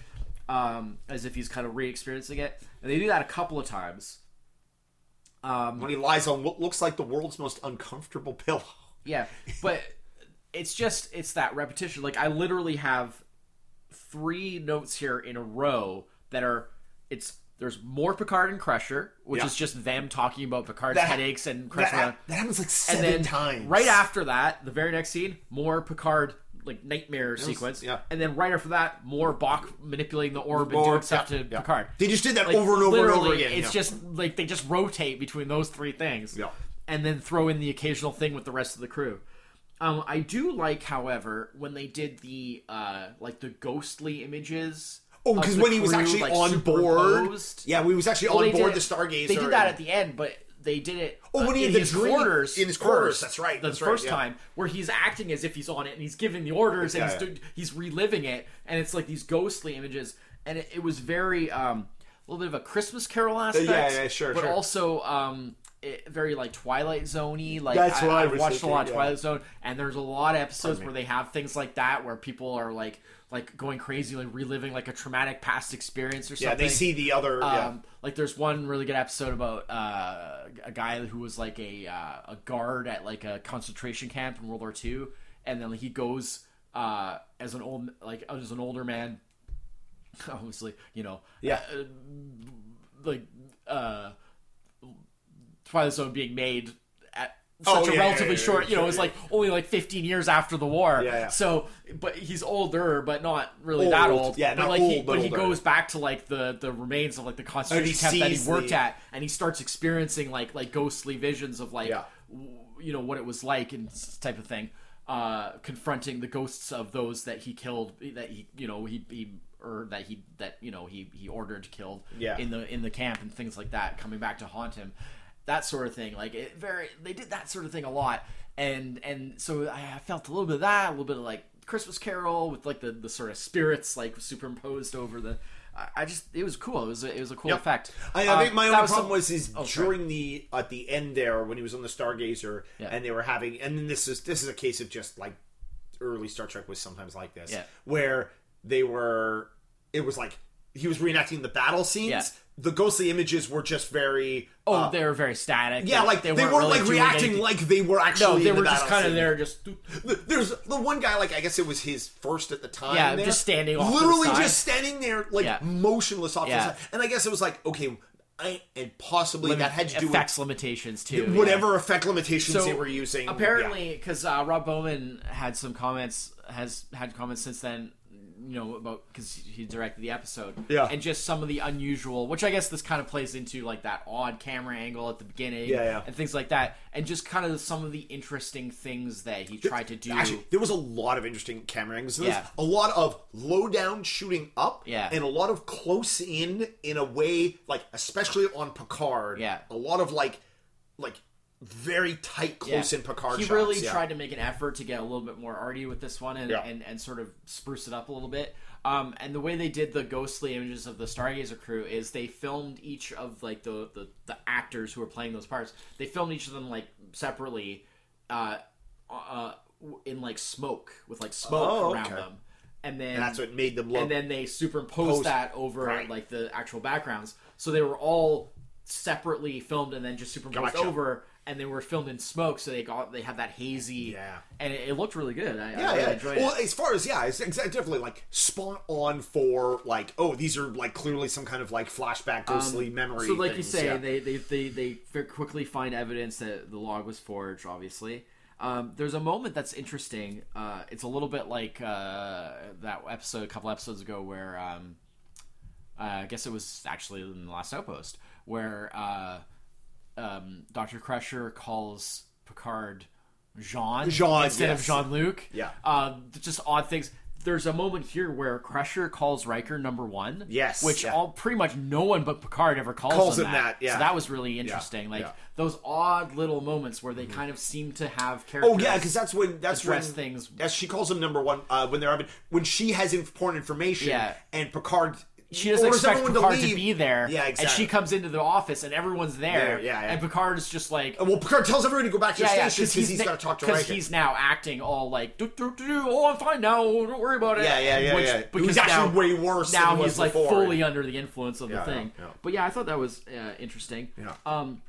Speaker 2: um, as if he's kind of re-experiencing it, and they do that a couple of times.
Speaker 1: when he lies on what looks like the world's most uncomfortable pillow.
Speaker 2: Yeah, but it's just it's that repetition. Like I literally have three notes here in a row that are it's there's more Picard and Crusher, which
Speaker 1: Yeah.
Speaker 2: is just them talking about Picard's
Speaker 1: That-
Speaker 2: headaches and Crusher.
Speaker 1: That, that happens like
Speaker 2: and
Speaker 1: seven
Speaker 2: then
Speaker 1: times.
Speaker 2: right after that, the very next scene, more Picard like nightmare sequence.
Speaker 1: yeah.
Speaker 2: And then right after that, more Bach manipulating the orb and
Speaker 1: Or-
Speaker 2: doing stuff
Speaker 1: yeah,
Speaker 2: to
Speaker 1: yeah.
Speaker 2: Picard.
Speaker 1: They just did that
Speaker 2: Like,
Speaker 1: over and over and over
Speaker 2: literally,
Speaker 1: again.
Speaker 2: It's
Speaker 1: yeah.
Speaker 2: just like they just rotate between those three things.
Speaker 1: Yeah.
Speaker 2: And then throw in the occasional thing with the rest of the crew. Um, I do like, however, when they did the uh, like the ghostly images.
Speaker 1: Oh,
Speaker 2: of
Speaker 1: because
Speaker 2: the
Speaker 1: when he was
Speaker 2: crew,
Speaker 1: actually
Speaker 2: like,
Speaker 1: on board,
Speaker 2: superimposed.
Speaker 1: yeah, we was actually
Speaker 2: Well,
Speaker 1: on
Speaker 2: they
Speaker 1: board
Speaker 2: did
Speaker 1: the
Speaker 2: it-
Speaker 1: Stargazer.
Speaker 2: They did that
Speaker 1: and-
Speaker 2: at the end, but they did it. uh,
Speaker 1: Oh, when he
Speaker 2: in
Speaker 1: had the
Speaker 2: his
Speaker 1: dream-
Speaker 2: quarters,
Speaker 1: in his quarters,
Speaker 2: first,
Speaker 1: that's right,
Speaker 2: The
Speaker 1: that's right,
Speaker 2: first
Speaker 1: yeah.
Speaker 2: time where he's acting as if he's on it and he's giving the orders and
Speaker 1: Yeah,
Speaker 2: he's,
Speaker 1: yeah.
Speaker 2: do- he's reliving it, and it's like these ghostly images, and it, it was very um, a little bit of a Christmas Carol aspect.
Speaker 1: yeah, sure,
Speaker 2: but
Speaker 1: sure.
Speaker 2: also um. It, very like Twilight Zoney. Like
Speaker 1: That's
Speaker 2: I,
Speaker 1: what I
Speaker 2: I've
Speaker 1: was
Speaker 2: watched a lot of
Speaker 1: thinking, yeah.
Speaker 2: Twilight Zone, and there's a lot of episodes where they have things like that where people are like like going crazy, like reliving like a traumatic past experience or something.
Speaker 1: yeah, they see the other. yeah.
Speaker 2: Um, Like there's one really good episode about uh, a guy who was like a uh, a guard at like a concentration camp in World War II, and then he goes uh, as an old like as an older man, obviously you know
Speaker 1: Yeah.
Speaker 2: uh, like uh, Twilight Zone being made at
Speaker 1: Oh,
Speaker 2: such a
Speaker 1: yeah, yeah,
Speaker 2: relatively
Speaker 1: yeah, yeah,
Speaker 2: short, you know,
Speaker 1: sure,
Speaker 2: it was
Speaker 1: yeah.
Speaker 2: like only like 15 years after the war.
Speaker 1: Yeah, yeah.
Speaker 2: So, but he's older, but not really that
Speaker 1: Old.
Speaker 2: old.
Speaker 1: Yeah,
Speaker 2: but
Speaker 1: not
Speaker 2: like he,
Speaker 1: old, but
Speaker 2: he
Speaker 1: older.
Speaker 2: goes back to like the the remains of like the concentration camp that
Speaker 1: sees
Speaker 2: he worked
Speaker 1: the-
Speaker 2: at, and he starts experiencing like like ghostly visions of like
Speaker 1: Yeah.
Speaker 2: w- you know what it was like and s- type of thing. Uh, confronting the ghosts of those that he killed, that he you know he, he or that he that you know he he ordered killed
Speaker 1: Yeah.
Speaker 2: in the in the camp and things like that coming back to haunt him that sort of thing like it very they did that sort of thing a lot and and so i I felt a little bit of that a little bit of like christmas carol with like the the sort of spirits like superimposed over the i, I just it was cool it was a, it was a cool effect
Speaker 1: I, I
Speaker 2: Um,
Speaker 1: think my
Speaker 2: that
Speaker 1: only
Speaker 2: was
Speaker 1: problem
Speaker 2: some- oh,
Speaker 1: was is during the at the end there when he was on the Stargazer and they were having and then this is this is a case of just like early Star Trek was sometimes like this
Speaker 2: Yeah.
Speaker 1: where they were it was like he was reenacting the battle scenes.
Speaker 2: Yeah.
Speaker 1: The ghostly images were just very
Speaker 2: Oh,
Speaker 1: uh,
Speaker 2: they were very static.
Speaker 1: yeah, like they,
Speaker 2: weren't
Speaker 1: weren't
Speaker 2: really
Speaker 1: like
Speaker 2: doing
Speaker 1: reacting
Speaker 2: anything.
Speaker 1: like they were
Speaker 2: No,
Speaker 1: actually.
Speaker 2: they
Speaker 1: in the
Speaker 2: were
Speaker 1: battle
Speaker 2: just kind of
Speaker 1: scene.
Speaker 2: there, just
Speaker 1: There's the one guy, like I guess it was his first at the time.
Speaker 2: Yeah,
Speaker 1: there,
Speaker 2: just standing off to the
Speaker 1: literally
Speaker 2: side.
Speaker 1: just standing there, like
Speaker 2: Yeah.
Speaker 1: motionless off
Speaker 2: Yeah.
Speaker 1: to the side. And I guess it was like okay, I, and possibly that had to do with
Speaker 2: effects limitations too. yeah.
Speaker 1: whatever effect limitations
Speaker 2: So,
Speaker 1: they were using.
Speaker 2: Apparently, because uh, Rob Bowman had some comments, has had comments since then. You know about because he directed the episode,
Speaker 1: Yeah.
Speaker 2: and just some of the unusual, which I guess this kind of plays into like that odd camera angle at the beginning,
Speaker 1: Yeah, yeah.
Speaker 2: and things like that, and just kind of some of the interesting things that he tried to do.
Speaker 1: Actually, there was a lot of interesting camera angles. in this.
Speaker 2: Yeah.
Speaker 1: A lot of low down shooting up.
Speaker 2: Yeah.
Speaker 1: And a lot of close in in a way, like especially on Picard.
Speaker 2: Yeah.
Speaker 1: A lot of like like very tight
Speaker 2: Yeah.
Speaker 1: close in Picard
Speaker 2: He
Speaker 1: shots.
Speaker 2: really
Speaker 1: yeah.
Speaker 2: tried to make an effort to get a little bit more arty with this one and,
Speaker 1: Yeah.
Speaker 2: and, and sort of spruce it up a little bit. Um, and the way they did the ghostly images of the Stargazer crew is they filmed each of like the, the, the actors who were playing those parts. They filmed each of them like separately, uh, uh, in like smoke with like smoke
Speaker 1: Oh,
Speaker 2: around
Speaker 1: okay.
Speaker 2: them, and then
Speaker 1: And that's what made them look.
Speaker 2: and then they superimposed that over
Speaker 1: Right.
Speaker 2: like the actual backgrounds. So they were all separately filmed and then just superimposed
Speaker 1: Gotcha.
Speaker 2: over, and they were filmed in smoke, so they got they had that hazy.
Speaker 1: Yeah.
Speaker 2: and it, it looked really good. I,
Speaker 1: yeah,
Speaker 2: I really
Speaker 1: yeah.
Speaker 2: enjoyed
Speaker 1: well,
Speaker 2: it.
Speaker 1: as far as yeah, it's exa- definitely like spot on for like oh these are like clearly some kind of like flashback ghostly memory.
Speaker 2: Um, So, like you
Speaker 1: things,
Speaker 2: say,
Speaker 1: yeah.
Speaker 2: they, they they they very quickly find evidence that the log was forged. Obviously, um, there's a moment that's interesting. Uh, it's a little bit like uh, that episode a couple episodes ago where um, uh, I guess it was actually in the last outpost where uh, um, Doctor Crusher calls Picard Jean,
Speaker 1: Jean,
Speaker 2: instead of
Speaker 1: yes.
Speaker 2: Jean Luc.
Speaker 1: Yeah.
Speaker 2: uh, just odd things. There's a moment here where Crusher calls Riker number one.
Speaker 1: Yes,
Speaker 2: which
Speaker 1: yeah.
Speaker 2: all pretty much no one but Picard ever calls,
Speaker 1: Calls
Speaker 2: him
Speaker 1: him
Speaker 2: that.
Speaker 1: that, yeah.
Speaker 2: So that was really interesting. Like
Speaker 1: yeah.
Speaker 2: those odd little moments where they kind of seem to have characters.
Speaker 1: Oh yeah, because that's when that's when
Speaker 2: address things.
Speaker 1: Yes, she calls him number one uh, when they're having when she has important information.
Speaker 2: Yeah.
Speaker 1: and Picard.
Speaker 2: she doesn't
Speaker 1: orders
Speaker 2: expect
Speaker 1: everyone
Speaker 2: Picard to,
Speaker 1: leave.
Speaker 2: be there.
Speaker 1: Yeah, exactly.
Speaker 2: And she comes into the office and everyone's there.
Speaker 1: There, yeah, yeah.
Speaker 2: And Picard is just like.
Speaker 1: Well, Picard tells everyone to go back to
Speaker 2: Yeah,
Speaker 1: their
Speaker 2: yeah,
Speaker 1: stations because he's,
Speaker 2: na-
Speaker 1: got to talk to
Speaker 2: 'cause
Speaker 1: Riker.
Speaker 2: he's now acting all like, "Do, do, do, do, oh, I'm fine now. Don't worry about it.
Speaker 1: Yeah, yeah, yeah,
Speaker 2: Which-
Speaker 1: yeah. It was
Speaker 2: because
Speaker 1: actually
Speaker 2: now-
Speaker 1: way worse
Speaker 2: Now
Speaker 1: than it was
Speaker 2: he's like
Speaker 1: before.
Speaker 2: fully under the influence of the
Speaker 1: Yeah,
Speaker 2: thing.
Speaker 1: yeah, yeah.
Speaker 2: But yeah, I thought that was uh, interesting.
Speaker 1: Yeah.
Speaker 2: Um.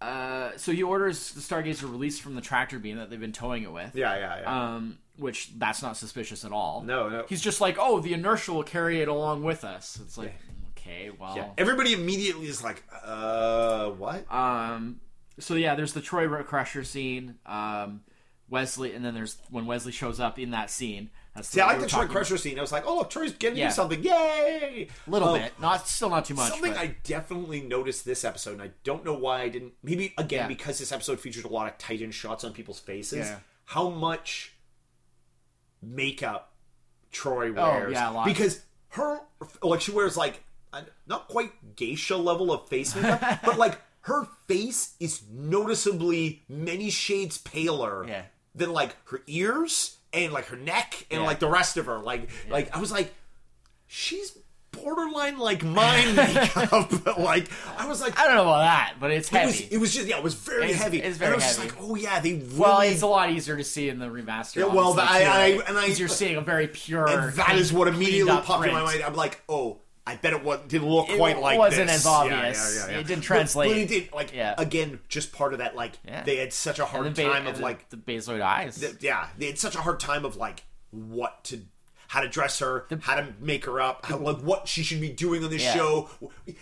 Speaker 2: Uh. So he orders the Stargazer released from the tractor beam that they've been towing it with.
Speaker 1: yeah, yeah, yeah.
Speaker 2: Um. Which that's not suspicious at all.
Speaker 1: No, no.
Speaker 2: He's just like, oh, the inertia will carry it along with us. It's like, okay, well.
Speaker 1: Yeah. Everybody immediately is like, "Uh, what?"
Speaker 2: Um, so yeah, there's the Troy Crusher scene. Um, Wesley, and then there's when Wesley shows up in that scene. That's
Speaker 1: yeah, I
Speaker 2: one
Speaker 1: like
Speaker 2: we
Speaker 1: the
Speaker 2: were
Speaker 1: Troy
Speaker 2: talking
Speaker 1: Crusher scene. I was like, "Oh, look, Troy's getting to
Speaker 2: Yeah.
Speaker 1: do something! Yay!"
Speaker 2: about. Little
Speaker 1: Um,
Speaker 2: bit, not still not too much.
Speaker 1: Something
Speaker 2: but-
Speaker 1: I definitely noticed this episode, and I don't know why I didn't. Maybe again
Speaker 2: Yeah.
Speaker 1: because this episode featured a lot of Titan shots on people's faces.
Speaker 2: Yeah.
Speaker 1: How much makeup Troy wears?
Speaker 2: Oh, yeah, a lot.
Speaker 1: Because her, like, she wears like a- not quite geisha level of face makeup, but like her face is noticeably many shades paler
Speaker 2: Yeah.
Speaker 1: than like her ears and like her neck and
Speaker 2: Yeah.
Speaker 1: like the rest of her. Like, like I was like she's borderline like mine makeup. but like I was like,
Speaker 2: I don't know about that, but it's
Speaker 1: it
Speaker 2: heavy.
Speaker 1: was, it was just yeah, it was very
Speaker 2: It's-
Speaker 1: heavy.
Speaker 2: it's
Speaker 1: and
Speaker 2: very
Speaker 1: I was
Speaker 2: heavy.
Speaker 1: just like, oh yeah, they really.
Speaker 2: well, it's a lot easier to see in the remaster.
Speaker 1: Yeah, well,
Speaker 2: obviously,
Speaker 1: I- I-
Speaker 2: too, right?
Speaker 1: and I-
Speaker 2: 'Cause you're seeing a very pure.
Speaker 1: and that is what
Speaker 2: cleaned
Speaker 1: immediately
Speaker 2: up
Speaker 1: popped in my
Speaker 2: print.
Speaker 1: mind. I'm like, oh, I bet it was, didn't look
Speaker 2: It
Speaker 1: quite like
Speaker 2: wasn't
Speaker 1: this.
Speaker 2: as obvious. It didn't
Speaker 1: But-
Speaker 2: translate.
Speaker 1: But, it did like
Speaker 2: Yeah.
Speaker 1: again, just part of that like
Speaker 2: Yeah.
Speaker 1: they had such a
Speaker 2: And
Speaker 1: hard
Speaker 2: the ba-
Speaker 1: time
Speaker 2: and
Speaker 1: of
Speaker 2: the-
Speaker 1: like
Speaker 2: the basoid eyes.
Speaker 1: yeah, they had such a hard time of like what to how to dress her, how to make her up, how, like what she should be doing on this
Speaker 2: Yeah.
Speaker 1: show,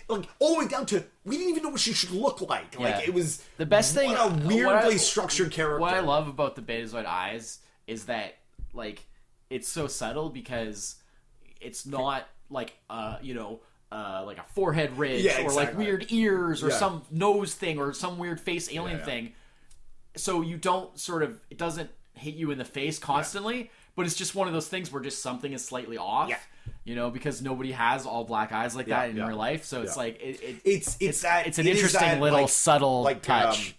Speaker 1: like all the way down to we didn't even know what she should look like.
Speaker 2: Yeah.
Speaker 1: Like it was
Speaker 2: The best thing-
Speaker 1: What a
Speaker 2: what I-
Speaker 1: weirdly structured character.
Speaker 2: What I love about the Betazoid eyes is that like it's so subtle because it's not like uh you know uh like a forehead ridge
Speaker 1: Yeah,
Speaker 2: or like
Speaker 1: exactly.
Speaker 2: weird ears or
Speaker 1: Yeah.
Speaker 2: some nose thing or some weird face alien thing. So you don't sort of it doesn't hit you in the face constantly, but it's just one of those things where just something is slightly off.
Speaker 1: Yeah.
Speaker 2: You know, because nobody has all black eyes like that in
Speaker 1: yeah.
Speaker 2: real life, so it's
Speaker 1: Yeah.
Speaker 2: like it, it,
Speaker 1: It's it's, that
Speaker 2: it's an
Speaker 1: it is
Speaker 2: interesting
Speaker 1: that,
Speaker 2: little
Speaker 1: like-
Speaker 2: subtle
Speaker 1: like,
Speaker 2: touch.
Speaker 1: um,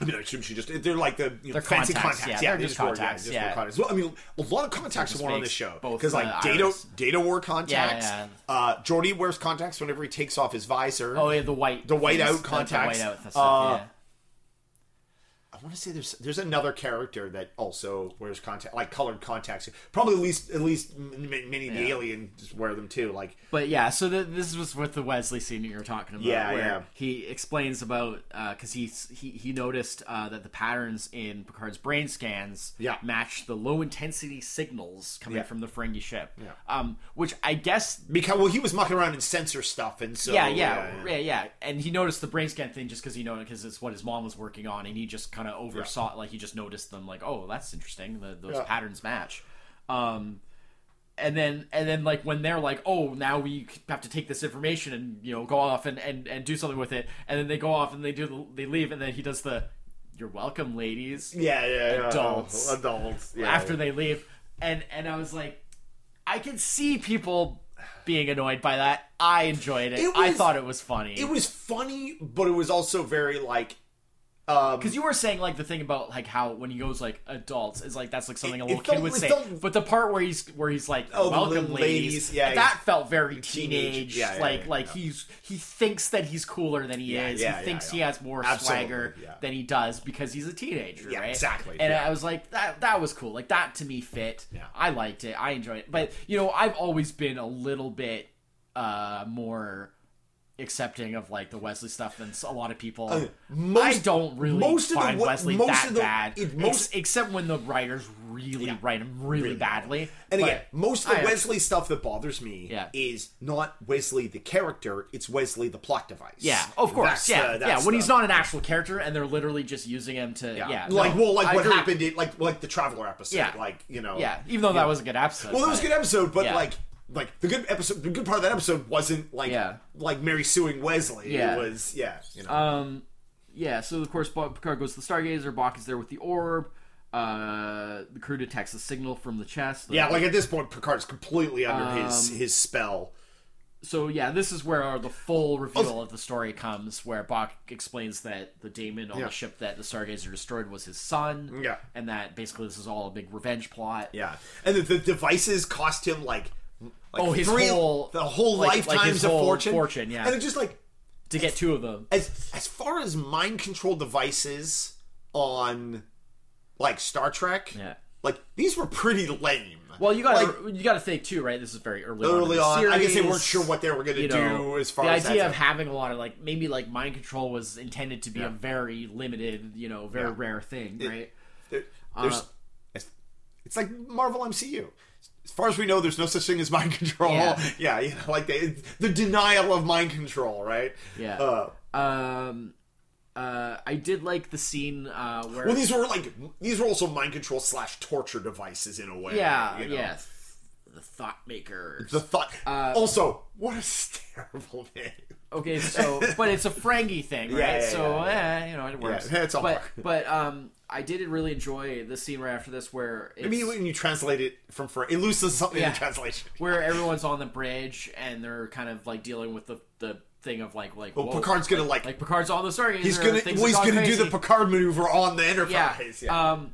Speaker 1: I mean, I assume she just they're like the you know, fancy
Speaker 2: contacts,
Speaker 1: contacts.
Speaker 2: yeah,
Speaker 1: Yeah,
Speaker 2: they're
Speaker 1: they
Speaker 2: just
Speaker 1: wore-
Speaker 2: contacts,
Speaker 1: just
Speaker 2: yeah.
Speaker 1: wore contacts. Well, I mean, a lot of contacts are worn on
Speaker 2: makes
Speaker 1: this show
Speaker 2: both
Speaker 1: because
Speaker 2: the
Speaker 1: like Data
Speaker 2: iris.
Speaker 1: Data wore contacts.
Speaker 2: yeah.
Speaker 1: Uh, Jordy wears contacts whenever he takes off his visor.
Speaker 2: Oh yeah, the white,
Speaker 1: The white
Speaker 2: things,
Speaker 1: out Uh,
Speaker 2: the-
Speaker 1: contacts.
Speaker 2: the white out stuff.
Speaker 1: Uh,
Speaker 2: yeah.
Speaker 1: I want to say there's there's another character that also wears contact like colored contacts. Probably at least at least m- m- many of the aliens wear them too. Like
Speaker 2: But yeah, so the, this was with the Wesley scene that you were talking about.
Speaker 1: Yeah,
Speaker 2: where
Speaker 1: yeah.
Speaker 2: He explains about because he he he noticed uh, that the patterns in Picard's brain scans
Speaker 1: Yeah.
Speaker 2: match the low intensity signals coming
Speaker 1: Yeah.
Speaker 2: from the Ferengi ship. Yeah. Um, which I guess.
Speaker 1: because well he was mucking around in sensor stuff and so
Speaker 2: Yeah, yeah, yeah, yeah, and he noticed the brain scan thing just because he noticed because it's what his mom was working on, and he just kind of oversaw it, like he just noticed them, like oh, that's interesting, the, those
Speaker 1: Yeah.
Speaker 2: patterns match. Um, and then and then like when they're like oh now we have to take this information and you know go off and and, and do something with it and then they go off and they do the, they leave and then he does the you're welcome ladies
Speaker 1: yeah, yeah, yeah.
Speaker 2: Adults.
Speaker 1: adults. Yeah,
Speaker 2: after they leave and and i was like i can see people being annoyed by that i enjoyed it,
Speaker 1: It
Speaker 2: i
Speaker 1: was-
Speaker 2: thought it was funny
Speaker 1: it was funny, but it was also very like. Um,
Speaker 2: because you were saying like the thing about like how when he goes like adults is like that's like something
Speaker 1: It-
Speaker 2: a little
Speaker 1: it
Speaker 2: kid
Speaker 1: felt-
Speaker 2: would
Speaker 1: it
Speaker 2: say,
Speaker 1: felt-
Speaker 2: but the part where he's where he's like
Speaker 1: Oh, the
Speaker 2: welcome
Speaker 1: little
Speaker 2: ladies,
Speaker 1: ladies, yeah,
Speaker 2: that
Speaker 1: yeah.
Speaker 2: felt very
Speaker 1: Teenage,
Speaker 2: teenage,
Speaker 1: yeah, yeah,
Speaker 2: like
Speaker 1: yeah,
Speaker 2: like
Speaker 1: yeah.
Speaker 2: he's he thinks that he's cooler than he
Speaker 1: Yeah,
Speaker 2: is,
Speaker 1: yeah, yeah,
Speaker 2: he
Speaker 1: yeah.
Speaker 2: thinks he has more
Speaker 1: Absolutely,
Speaker 2: swagger
Speaker 1: yeah.
Speaker 2: than he does because he's a teenager,
Speaker 1: Yeah,
Speaker 2: right?
Speaker 1: exactly,
Speaker 2: And
Speaker 1: yeah.
Speaker 2: I was like that that was cool, like that to me fit.
Speaker 1: Yeah.
Speaker 2: I liked it, I enjoyed it, but you know I've always been a little bit uh more accepting of like the Wesley stuff than a lot of people.
Speaker 1: Uh, most-
Speaker 2: I don't really
Speaker 1: most of the
Speaker 2: find
Speaker 1: wa-
Speaker 2: Wesley
Speaker 1: most
Speaker 2: that
Speaker 1: of the-
Speaker 2: bad,
Speaker 1: it- most-
Speaker 2: ex- except when the writers really write him really, badly.
Speaker 1: And
Speaker 2: But
Speaker 1: again, most of the
Speaker 2: I-
Speaker 1: Wesley stuff that bothers me
Speaker 2: Yeah.
Speaker 1: is not Wesley the character; it's Wesley the plot device.
Speaker 2: yeah, of course,
Speaker 1: That's
Speaker 2: yeah,
Speaker 1: the-
Speaker 2: yeah.
Speaker 1: that's
Speaker 2: When he's
Speaker 1: the-
Speaker 2: not an actual character, and they're literally just using him to, yeah, no,
Speaker 1: like well, like
Speaker 2: I
Speaker 1: what
Speaker 2: agree.
Speaker 1: happened in like like the Traveler episode,
Speaker 2: Yeah.
Speaker 1: like you know,
Speaker 2: Yeah, even though that was a good episode.
Speaker 1: Well, it was a
Speaker 2: but-
Speaker 1: good episode, but
Speaker 2: Yeah.
Speaker 1: like like the good episode, the good part of that episode wasn't like
Speaker 2: Yeah.
Speaker 1: like Mary suing Wesley.
Speaker 2: Yeah.
Speaker 1: It was yeah, you know,
Speaker 2: Um, yeah, so of course Bo- Picard goes to the Stargazer. Bach is there with the orb. Uh, the crew detects a signal from the chest. The-
Speaker 1: yeah. Like at this point, Picard's completely under
Speaker 2: um,
Speaker 1: his his spell.
Speaker 2: so yeah, this is where the
Speaker 1: Oh,
Speaker 2: full reveal of the story comes, where Bach explains that the daemon on
Speaker 1: Yeah.
Speaker 2: the ship that the Stargazer destroyed was his son,
Speaker 1: Yeah.
Speaker 2: and that basically this is all a big revenge plot.
Speaker 1: Yeah, and the, the devices cost him like. Like
Speaker 2: Oh, his
Speaker 1: three,
Speaker 2: whole-
Speaker 1: the whole
Speaker 2: like- like his
Speaker 1: lifetimes of
Speaker 2: whole
Speaker 1: fortune,
Speaker 2: fortune, yeah.
Speaker 1: and it's just like
Speaker 2: To get two of them,
Speaker 1: as as far as mind control devices on like Star Trek,
Speaker 2: yeah.
Speaker 1: like these were pretty lame.
Speaker 2: Well, you got
Speaker 1: like,
Speaker 2: to you got to think too, right? This is very early, on. in
Speaker 1: early
Speaker 2: the
Speaker 1: on. I guess they
Speaker 2: series.
Speaker 1: weren't sure what they were going to
Speaker 2: you know,
Speaker 1: do as far
Speaker 2: the
Speaker 1: as
Speaker 2: idea
Speaker 1: that's-
Speaker 2: of having a lot of like maybe like mind control was intended to be a very limited, you know, very
Speaker 1: Yeah.
Speaker 2: rare thing, right?
Speaker 1: there-
Speaker 2: Uh,
Speaker 1: there's it's, it's like Marvel MCU. As far as we know, there's no such thing as mind control. Yeah,
Speaker 2: Yeah.
Speaker 1: you know, like they, the denial of mind control, right?
Speaker 2: Yeah.
Speaker 1: Uh,
Speaker 2: Um, uh, I did like the scene uh, where
Speaker 1: well, these were like these were also mind control slash torture devices in a way.
Speaker 2: yeah,
Speaker 1: you know?
Speaker 2: yeah, the thought maker.
Speaker 1: The thought.
Speaker 2: Uh,
Speaker 1: also, what a terrible name.
Speaker 2: Okay, so but it's a Frangie thing, right?
Speaker 1: Yeah, yeah,
Speaker 2: so
Speaker 1: yeah,
Speaker 2: Eh, you know it works.
Speaker 1: Yeah, it's all
Speaker 2: but
Speaker 1: right.
Speaker 2: but um, I did really enjoy the scene right after this where it's,
Speaker 1: I mean, when you translate it from Fr- it loses something
Speaker 2: Yeah.
Speaker 1: in translation.
Speaker 2: where everyone's on the bridge and they're kind of like dealing with the the thing of like like
Speaker 1: Well,
Speaker 2: whoa,
Speaker 1: Picard's gonna like,
Speaker 2: like Picard's on the Stargazer.
Speaker 1: he's gonna
Speaker 2: things
Speaker 1: well,
Speaker 2: have
Speaker 1: he's
Speaker 2: gone
Speaker 1: gonna do the
Speaker 2: crazy.
Speaker 1: Picard maneuver on the
Speaker 2: yeah.
Speaker 1: Enterprise. Yeah.
Speaker 2: Um,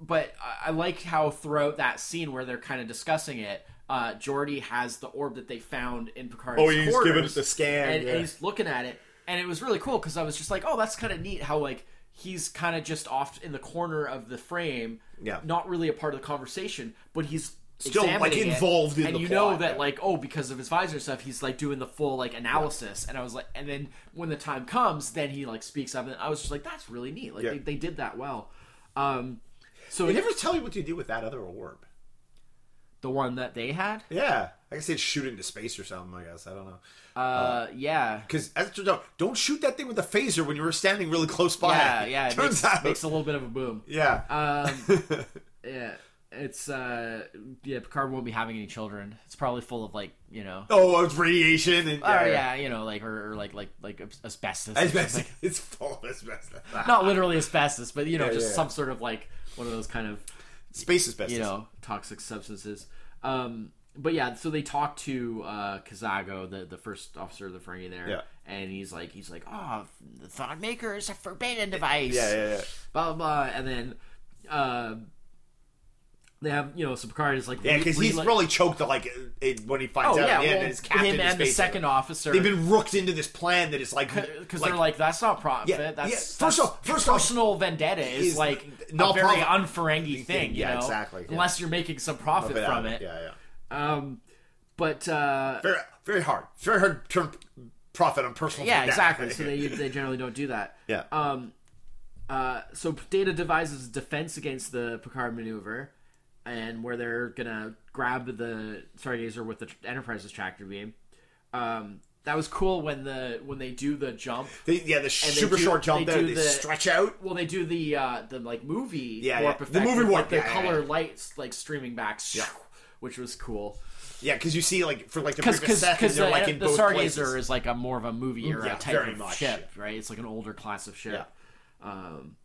Speaker 2: but I, I like how throughout that scene where they're kind of discussing it, uh, Geordi has the orb that they found in Picard's
Speaker 1: Oh, he's
Speaker 2: quarters,
Speaker 1: giving it the scan,
Speaker 2: and, and
Speaker 1: yeah.
Speaker 2: he's looking at it, and it was really cool because I was just like, oh, that's kind of neat how like he's kind of just off in the corner of the frame,
Speaker 1: Yeah.
Speaker 2: not really a part of the conversation, but he's.
Speaker 1: Still, like,
Speaker 2: examining it,
Speaker 1: involved in
Speaker 2: and
Speaker 1: the
Speaker 2: you
Speaker 1: plot,
Speaker 2: know that
Speaker 1: yeah.
Speaker 2: like oh because of his visor stuff he's like doing the full like analysis and I was like and then when the time comes then he like speaks up and I was just like that's really neat like
Speaker 1: Yeah.
Speaker 2: they, they did that well um so
Speaker 1: They
Speaker 2: it,
Speaker 1: never tell you what to do with that other orb.
Speaker 2: the one that they had
Speaker 1: Yeah, I guess they'd shoot it into space or something. I guess I don't know.
Speaker 2: uh, yeah
Speaker 1: Because as it turns out, don't shoot that thing with a phaser when you were standing really close by.
Speaker 2: yeah yeah it
Speaker 1: turns
Speaker 2: makes,
Speaker 1: out.
Speaker 2: makes a little bit of a boom
Speaker 1: yeah,
Speaker 2: um yeah it's uh yeah Picard won't be having any children it's probably full of like you know
Speaker 1: oh, it's radiation and
Speaker 2: or oh, yeah you know like or, or like like like as- asbestos or
Speaker 1: Asbestos.
Speaker 2: something.
Speaker 1: It's full of asbestos.
Speaker 2: not literally asbestos but you know
Speaker 1: Yeah,
Speaker 2: just
Speaker 1: yeah.
Speaker 2: some sort of like one of those kind of
Speaker 1: Space asbestos.
Speaker 2: you know toxic substances um but yeah so they talk to uh kazago the the first officer of the Ferengi there
Speaker 1: Yeah.
Speaker 2: and he's like he's like oh the thought maker is a forbidden device
Speaker 1: Yeah, yeah, yeah.
Speaker 2: blah blah blah. and then uh
Speaker 3: They have you know, so Picard is like
Speaker 1: Yeah, because he's
Speaker 3: rela-
Speaker 1: really choked like it, when he finds
Speaker 3: Oh,
Speaker 1: out
Speaker 3: yeah,
Speaker 1: at the end
Speaker 3: well,
Speaker 1: that his captain
Speaker 2: him
Speaker 1: is
Speaker 2: and the
Speaker 1: facing
Speaker 2: second
Speaker 1: him.
Speaker 2: officer.
Speaker 1: They've been rooked into this plan that is like
Speaker 2: because they're like that's not profit.
Speaker 1: Yeah,
Speaker 2: that's,
Speaker 1: yeah.
Speaker 2: that's
Speaker 1: First off- first off,
Speaker 2: personal vendetta is,
Speaker 1: is
Speaker 2: like
Speaker 1: not
Speaker 2: a very
Speaker 1: profit-
Speaker 2: unferengi thing. You
Speaker 1: yeah,
Speaker 2: know?
Speaker 1: exactly, yeah.
Speaker 2: Unless you're making some profit
Speaker 1: but, uh,
Speaker 2: from it.
Speaker 1: Yeah, yeah.
Speaker 3: um but uh
Speaker 1: Very, very hard. It's very hard to turn profit on personal.
Speaker 3: yeah,
Speaker 1: vendetta.
Speaker 3: exactly. So they they generally don't do that.
Speaker 1: yeah.
Speaker 3: Um, uh, so Data devises defense against the Picard maneuver, and where they're gonna grab the Stargazer with the Enterprise's tractor beam. Um,
Speaker 2: That was cool when the when they do the jump.
Speaker 1: They- yeah, the super
Speaker 2: do-
Speaker 1: short jump
Speaker 2: they
Speaker 1: there.
Speaker 2: do
Speaker 1: They
Speaker 2: the-
Speaker 1: stretch out.
Speaker 2: Well, they do the uh the like movie
Speaker 1: Yeah,
Speaker 2: warp
Speaker 1: yeah.
Speaker 2: effect.
Speaker 1: The movie
Speaker 2: with,
Speaker 1: warp,
Speaker 2: like,
Speaker 1: yeah,
Speaker 2: the
Speaker 1: yeah,
Speaker 2: color
Speaker 1: yeah.
Speaker 2: lights like streaming back, which was cool.
Speaker 1: Yeah, because you see like for like the
Speaker 2: Because
Speaker 1: previous Seth, and
Speaker 2: the,
Speaker 1: they're like in
Speaker 2: the
Speaker 1: both
Speaker 2: Stargazer
Speaker 1: places.
Speaker 2: is like a more of a movie era
Speaker 1: Yeah,
Speaker 2: type
Speaker 1: very
Speaker 2: of
Speaker 1: much,
Speaker 2: ship, right? It's like an older class of ship.
Speaker 1: Yeah.
Speaker 3: um,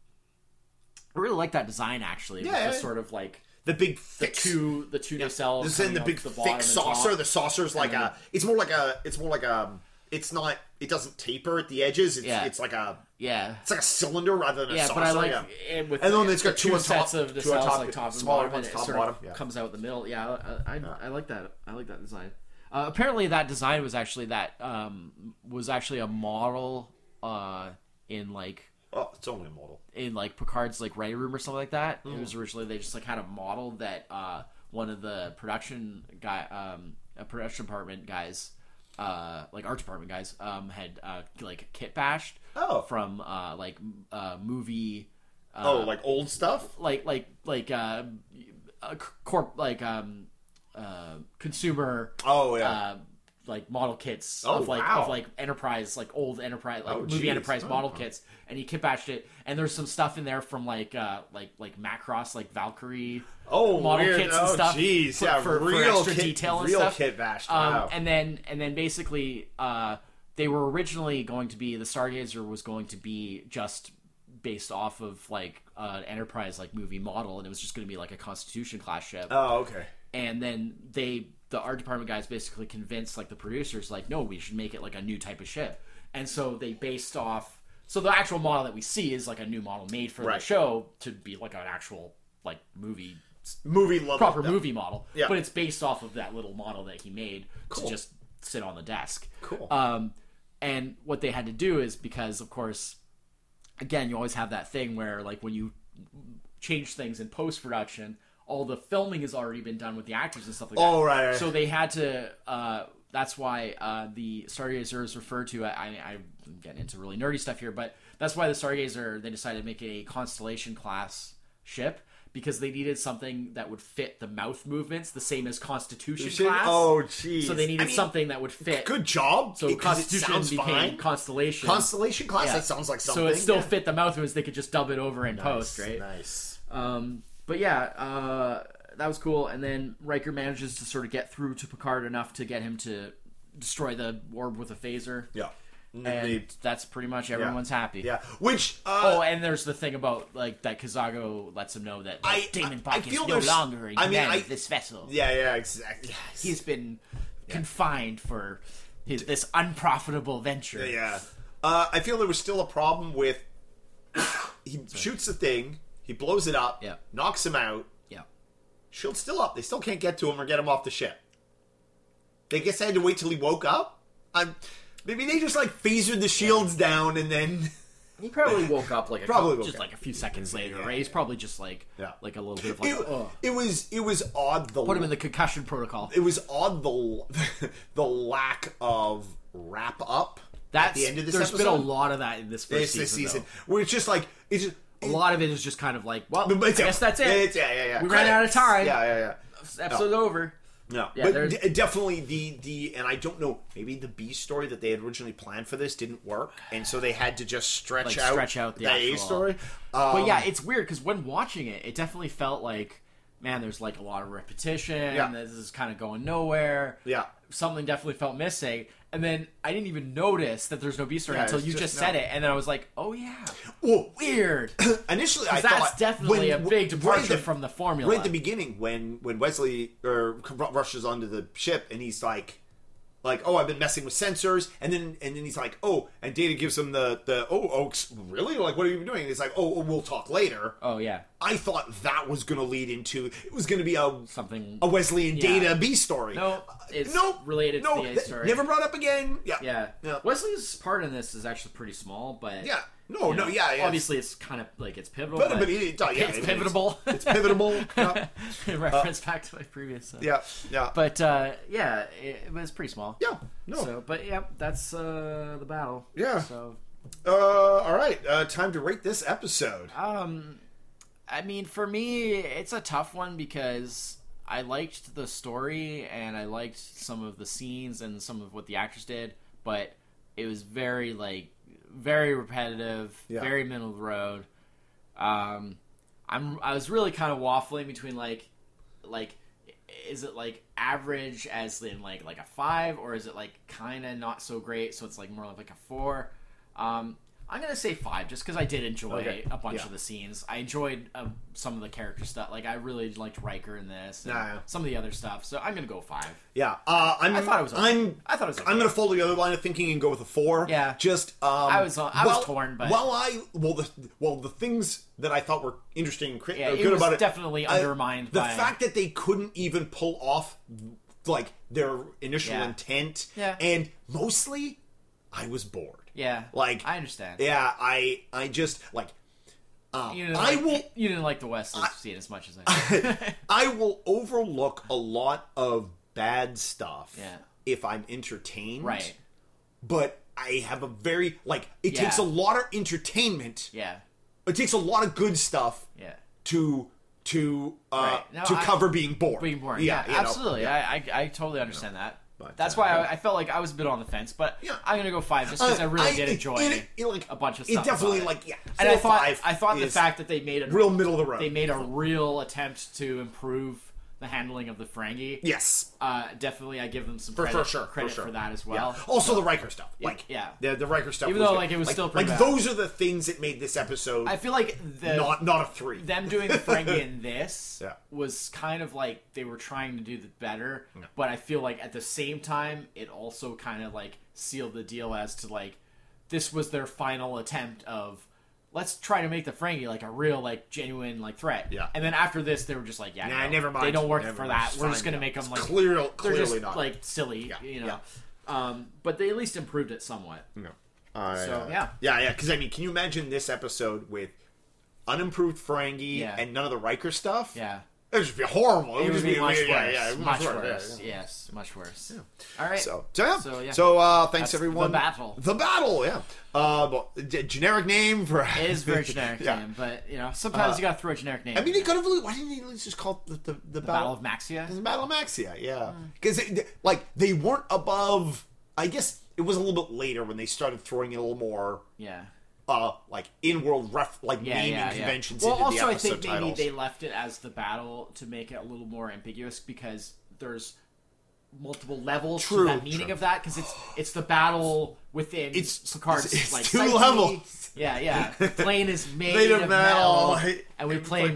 Speaker 2: I really like that design actually.
Speaker 1: Yeah,
Speaker 2: Yeah,
Speaker 1: yeah.
Speaker 2: just sort of like
Speaker 1: the big thick
Speaker 2: two the two nacelles.
Speaker 1: This is in
Speaker 2: coming
Speaker 1: the
Speaker 2: up
Speaker 1: big
Speaker 2: the bottom
Speaker 1: thick
Speaker 2: and
Speaker 1: saucer.
Speaker 2: top.
Speaker 1: The saucer's like a. It's more like a. It's more like a. It's not. It doesn't taper at the edges. It's,
Speaker 2: Yeah.
Speaker 1: it's like a.
Speaker 2: Yeah,
Speaker 1: It's like a cylinder rather than a
Speaker 2: yeah,
Speaker 1: saucer.
Speaker 2: but I like
Speaker 1: yeah.
Speaker 2: and with
Speaker 1: And then
Speaker 2: the-
Speaker 1: it's got
Speaker 2: the
Speaker 1: two
Speaker 2: two
Speaker 1: on top-
Speaker 2: sets of nacelles
Speaker 1: two on top,
Speaker 2: like top and
Speaker 1: smaller
Speaker 2: bottom,
Speaker 1: ones,
Speaker 2: and it
Speaker 1: top and
Speaker 2: sort of
Speaker 1: bottom, yeah.
Speaker 2: comes out in the middle. Yeah, I, I, I like that. I like that design. Uh, apparently, that design was actually that um, was actually a model uh, in like
Speaker 1: Oh, it's only a model.
Speaker 2: in like Picard's like writing room or something like that. It was originally they just like had a model that uh, one of the production guy, um, a production department guys, uh, like art department guys, um, had uh, like kit bashed.
Speaker 1: Oh.
Speaker 2: from uh, like m- uh, movie, uh,
Speaker 1: oh, like old stuff.
Speaker 2: like like like uh, a corp like um, uh, consumer.
Speaker 1: Oh yeah.
Speaker 2: Uh, like model kits
Speaker 1: Oh,
Speaker 2: of like
Speaker 1: wow.
Speaker 2: of like enterprise like old enterprise like
Speaker 1: Oh,
Speaker 2: movie
Speaker 1: geez.
Speaker 2: enterprise
Speaker 1: Oh.
Speaker 2: model kits and he kitbashed it and there's some stuff in there from like uh like like macross like valkyrie
Speaker 1: oh,
Speaker 2: model
Speaker 1: weird.
Speaker 2: kits and
Speaker 1: oh,
Speaker 2: stuff
Speaker 1: Jeez,
Speaker 2: for-
Speaker 1: yeah,
Speaker 2: for- for
Speaker 1: real
Speaker 2: extra
Speaker 1: kit,
Speaker 2: detail and
Speaker 1: real
Speaker 2: stuff.
Speaker 1: kit bashed.
Speaker 2: um
Speaker 1: wow.
Speaker 2: and then and then basically uh they were originally going to be the stargazer was going to be just based off of like uh, enterprise like movie model and it was just going to be like a constitution class ship
Speaker 1: oh, okay.
Speaker 2: and then they the art department guys basically convinced like the producers like no we should make it like a new type of ship and so they based off so the actual model that we see is like a new model made for
Speaker 1: Right.
Speaker 2: the show to be like an actual like movie
Speaker 1: Movie level.
Speaker 2: proper
Speaker 1: yeah.
Speaker 2: movie model
Speaker 1: Yeah.
Speaker 2: but it's based off of that little model that he made
Speaker 1: Cool.
Speaker 2: to just sit on the desk
Speaker 1: Cool.
Speaker 2: um, and what they had to do is because, of course, again, you always have that thing where, like, when you change things in post production, all the filming has already been done with the actors and stuff like
Speaker 1: Oh,
Speaker 2: that.
Speaker 1: right, right.
Speaker 2: So they had to. Uh, that's why uh, the Stargazer is referred to. I, I, I'm getting into really nerdy stuff here, but that's why the Stargazer they decided to make it a constellation class ship because they needed something that would fit the mouth movements, the same as Constitution class.
Speaker 1: Oh, jeez.
Speaker 2: so they needed
Speaker 1: I mean,
Speaker 2: something that would fit.
Speaker 1: Good job.
Speaker 2: So
Speaker 1: it, 'cause it
Speaker 2: Constitution
Speaker 1: sounds
Speaker 2: became
Speaker 1: fine.
Speaker 2: Constellation.
Speaker 1: Constellation class.
Speaker 2: Yeah.
Speaker 1: That sounds like something.
Speaker 2: so it still
Speaker 1: yeah.
Speaker 2: fit the mouth moves. They could just dub it over in post, right?
Speaker 1: Nice.
Speaker 2: Um, but yeah, uh, that was cool. And then Riker manages to sort of get through to Picard enough to get him to destroy the orb with a phaser.
Speaker 1: Yeah.
Speaker 2: And
Speaker 1: They-
Speaker 2: that's pretty much everyone's happy.
Speaker 1: yeah. Which. Uh,
Speaker 2: Oh, and there's the thing about like that Kazago lets him know that
Speaker 1: I-
Speaker 2: like, Damon
Speaker 1: I- I
Speaker 2: Pike is
Speaker 1: feel
Speaker 2: no
Speaker 1: there's-
Speaker 2: longer in
Speaker 1: I mean,
Speaker 2: command
Speaker 1: I-
Speaker 2: of this vessel.
Speaker 1: Yeah. Yeah. Exactly. Yes.
Speaker 2: He's been confined for his, this unprofitable venture.
Speaker 1: Yeah. Uh, I feel there was still a problem with he shoots the thing, he blows it up,
Speaker 2: Yeah.
Speaker 1: knocks him out.
Speaker 2: yeah.
Speaker 1: Shield's still up. They still can't get to him or get him off the ship. They guess they had to wait till he woke up. I'm, maybe they just like phasered the shields down and then
Speaker 3: he probably woke up like a
Speaker 1: probably woke
Speaker 2: just
Speaker 1: up.
Speaker 2: like a few seconds later,
Speaker 1: yeah,
Speaker 2: right? He's probably just like
Speaker 1: Yeah.
Speaker 2: like a little bit of like
Speaker 1: it,
Speaker 2: oh.
Speaker 1: it was it was odd the
Speaker 2: put him in the concussion protocol.
Speaker 1: it was odd the the lack of wrap up at
Speaker 2: That's
Speaker 1: the end of this
Speaker 2: there's
Speaker 1: episode.
Speaker 2: been a lot of that in this
Speaker 1: this,
Speaker 2: first season.
Speaker 1: this season
Speaker 2: though.
Speaker 1: where it's just like it's just,
Speaker 2: A lot of it is just kind of like, well,
Speaker 1: But
Speaker 2: I
Speaker 1: it's-
Speaker 2: guess that's it.
Speaker 1: It's, yeah, yeah, yeah.
Speaker 2: We ran out of time.
Speaker 1: Yeah, yeah, yeah.
Speaker 2: This episode's over.
Speaker 1: No,
Speaker 2: Yeah,
Speaker 1: but
Speaker 2: there's-
Speaker 1: d- definitely the the and I don't know maybe the B story that they had originally planned for this didn't work, and so they had to just stretch
Speaker 2: Like,
Speaker 1: out
Speaker 2: stretch out the
Speaker 1: A
Speaker 2: actual-
Speaker 1: story. Um,
Speaker 2: But yeah, it's weird because when watching it, it definitely felt like, man, there's like a lot of repetition.
Speaker 1: Yeah.
Speaker 2: This is kind of going nowhere.
Speaker 1: yeah,
Speaker 2: Something definitely felt missing. And then I didn't even notice that there's no B story
Speaker 1: Yeah,
Speaker 2: until
Speaker 1: it's
Speaker 2: you
Speaker 1: just
Speaker 2: just,
Speaker 1: no-
Speaker 2: said it, and then I was like, oh yeah,
Speaker 1: well,
Speaker 2: weird.
Speaker 1: initially I
Speaker 2: that's
Speaker 1: thought
Speaker 2: definitely
Speaker 1: when-
Speaker 2: a big
Speaker 1: right
Speaker 2: departure
Speaker 1: at the-
Speaker 2: from the formula.
Speaker 1: Right at the beginning, when when Wesley or rushes onto the ship and he's like, like, oh, I've been messing with sensors, and then and then he's like, oh, and Data gives him the the oh, Oaks, really? Like, what have you been doing? And he's like, oh, oh, we'll talk later.
Speaker 2: Oh yeah,
Speaker 1: I thought that was going to lead into it was going to be a
Speaker 2: something.
Speaker 1: a Wesley and
Speaker 2: Yeah.
Speaker 1: Data B story.
Speaker 2: No, it's
Speaker 1: Oh, Nope.
Speaker 2: related
Speaker 1: no,
Speaker 2: to the A
Speaker 1: th-
Speaker 2: story.
Speaker 1: never brought up again. Yeah,
Speaker 2: Yeah.
Speaker 1: Yeah.
Speaker 2: Wesley's part in this is actually pretty small, but
Speaker 1: Yeah. No,
Speaker 2: you
Speaker 1: no,
Speaker 2: know,
Speaker 1: yeah, yeah.
Speaker 2: Obviously, it's kind of like it's pivotal.
Speaker 1: but,
Speaker 2: But,
Speaker 1: but it, oh, yeah,
Speaker 2: it's
Speaker 1: it is.
Speaker 2: pivotable.
Speaker 1: It's pivotable. yeah,
Speaker 2: In reference back to my previous. Uh,
Speaker 1: yeah, yeah.
Speaker 2: But uh, yeah, it, it was pretty small.
Speaker 1: yeah, no,
Speaker 2: So, but yeah, that's uh, the battle.
Speaker 1: yeah.
Speaker 2: So,
Speaker 1: Uh, all right, uh, time to rate this episode.
Speaker 2: um, I mean, for me, it's a tough one because I liked the story and I liked some of the scenes and some of what the actors did, but it was very like very repetitive,
Speaker 1: Yeah.
Speaker 2: very middle of the road. Um, I'm I was really kind of waffling between like like is it like average as in like like a five or is it like kind of not so great so it's like more like a four um i'm gonna say five just because i did enjoy
Speaker 1: Okay.
Speaker 2: a bunch
Speaker 1: Yeah.
Speaker 2: of the scenes i enjoyed um, some of the character stuff like i really liked riker in this and
Speaker 1: Yeah.
Speaker 2: some of the other stuff so i'm gonna go five
Speaker 1: Yeah, uh, I'm,
Speaker 2: i thought it was okay.
Speaker 1: I'm
Speaker 2: i thought it was okay.
Speaker 1: I'm gonna follow the other line of thinking and go with a four.
Speaker 2: Yeah.
Speaker 1: Just um, I
Speaker 2: was on- I was torn, but-
Speaker 1: while I well the well the things that I thought were interesting and cri-
Speaker 2: yeah,
Speaker 1: uh,
Speaker 2: it
Speaker 1: good
Speaker 2: was
Speaker 1: about it
Speaker 2: definitely
Speaker 1: I-
Speaker 2: undermined
Speaker 1: the
Speaker 2: by
Speaker 1: fact that they couldn't even pull off like their initial
Speaker 2: Yeah.
Speaker 1: intent.
Speaker 2: Yeah.
Speaker 1: And mostly, I was bored.
Speaker 2: yeah
Speaker 1: Like
Speaker 2: i understand
Speaker 1: yeah, I I just like uh,
Speaker 2: you didn't
Speaker 1: I
Speaker 2: like,
Speaker 1: will
Speaker 2: you didn't like the west scene as much as i did.
Speaker 1: I will overlook a lot of bad stuff
Speaker 2: Yeah.
Speaker 1: if I'm entertained.
Speaker 2: right
Speaker 1: But I have a very like it
Speaker 2: Yeah.
Speaker 1: takes a lot of entertainment.
Speaker 2: yeah
Speaker 1: It takes a lot of good stuff
Speaker 2: yeah
Speaker 1: to to uh
Speaker 2: Right. No,
Speaker 1: to
Speaker 2: I-
Speaker 1: cover being bored.
Speaker 2: being born.
Speaker 1: Yeah,
Speaker 2: Yeah,
Speaker 1: you know. Uh,
Speaker 2: absolutely. I, I I totally understand that.
Speaker 1: But,
Speaker 2: That's
Speaker 1: uh,
Speaker 2: why I, I felt like I was a bit on the fence, but
Speaker 1: Yeah. Uh,
Speaker 2: I'm gonna go five just because I really did enjoy it,
Speaker 1: like,
Speaker 2: a bunch of
Speaker 1: It
Speaker 2: stuff.
Speaker 1: definitely
Speaker 2: about
Speaker 1: like
Speaker 2: it.
Speaker 1: yeah. Four
Speaker 2: and I thought
Speaker 1: five
Speaker 2: I thought the
Speaker 1: is
Speaker 2: fact that they made a
Speaker 1: real middle of the road.
Speaker 2: they made a real attempt to improve the handling of the Ferengi.
Speaker 1: yes.
Speaker 2: Uh, definitely, I give them some
Speaker 1: For,
Speaker 2: credit,
Speaker 1: for sure,
Speaker 2: credit
Speaker 1: for, sure.
Speaker 2: that as
Speaker 1: Yeah.
Speaker 2: well.
Speaker 1: Also, the Riker stuff, like
Speaker 2: yeah.
Speaker 1: the, the Riker stuff.
Speaker 2: Even
Speaker 1: was
Speaker 2: though,
Speaker 1: good.
Speaker 2: like, it was still
Speaker 1: like
Speaker 2: pretty bad.
Speaker 1: those are the things that made this episode
Speaker 2: I feel like the
Speaker 1: not not a three.
Speaker 2: them doing the Ferengi in this
Speaker 1: Yeah.
Speaker 2: was kind of like they were trying to do the better, but I feel like at the same time it also kind of like sealed the deal as to like this was their final attempt of let's try to make the Ferengi like a real like genuine like threat.
Speaker 1: Yeah.
Speaker 2: And then after this they were just like yeah,
Speaker 1: Nah,
Speaker 2: no,
Speaker 1: never mind.
Speaker 2: They don't work
Speaker 1: Never
Speaker 2: for
Speaker 1: mind.
Speaker 2: that.
Speaker 1: It's
Speaker 2: we're just
Speaker 1: fine,
Speaker 2: gonna
Speaker 1: yeah.
Speaker 2: make them
Speaker 1: It's
Speaker 2: like
Speaker 1: clear-
Speaker 2: they're
Speaker 1: clearly
Speaker 2: just
Speaker 1: not.
Speaker 2: like silly, you know. Um, but they at least improved it somewhat.
Speaker 1: No. I,
Speaker 2: So,
Speaker 1: uh,
Speaker 2: yeah.
Speaker 1: yeah, yeah. Because I mean, can you imagine this episode with unimproved Ferengi
Speaker 2: Yeah.
Speaker 1: and none of the Riker stuff?
Speaker 2: Yeah.
Speaker 1: it would just be horrible.
Speaker 2: It would be much worse.
Speaker 1: Yeah, yeah, it would be
Speaker 2: much
Speaker 1: yeah,
Speaker 2: worse.
Speaker 1: yeah.
Speaker 2: Yes, much worse. All right.
Speaker 1: So, so yeah. So,
Speaker 2: So, yeah.
Speaker 1: uh, thanks
Speaker 2: That's
Speaker 1: everyone.
Speaker 2: The Battle.
Speaker 1: The battle. Yeah. Uh, well, g- generic name for
Speaker 2: It is very generic
Speaker 1: Yeah.
Speaker 2: name, but you know sometimes
Speaker 1: Uh,
Speaker 2: you gotta throw a generic name.
Speaker 1: I mean,
Speaker 2: in
Speaker 1: they could have. Why didn't they just call it the the, the,
Speaker 2: there. Battle of Mm. Maxia.
Speaker 1: the Battle of Maxia? Yeah, because like they weren't above. I guess it was a little bit later when they started throwing in a little more
Speaker 2: Yeah.
Speaker 1: uh like in world ref like
Speaker 2: Yeah,
Speaker 1: naming
Speaker 2: yeah, yeah.
Speaker 1: conventions
Speaker 2: Well,
Speaker 1: into
Speaker 2: also
Speaker 1: the
Speaker 2: I
Speaker 1: episode
Speaker 2: think maybe
Speaker 1: titles.
Speaker 2: they left it as the battle to make it a little more ambiguous because there's multiple levels
Speaker 1: True,
Speaker 2: to that meaning
Speaker 1: true.
Speaker 2: of that because it's it's the battle within
Speaker 1: It's-
Speaker 2: Picard's
Speaker 1: it's- it's
Speaker 2: like
Speaker 1: two
Speaker 2: psyche.
Speaker 1: levels.
Speaker 2: Yeah, yeah. Plane is made
Speaker 1: Made of
Speaker 2: of
Speaker 1: metal.
Speaker 2: metal, and we
Speaker 1: And we
Speaker 2: play
Speaker 1: play
Speaker 2: metal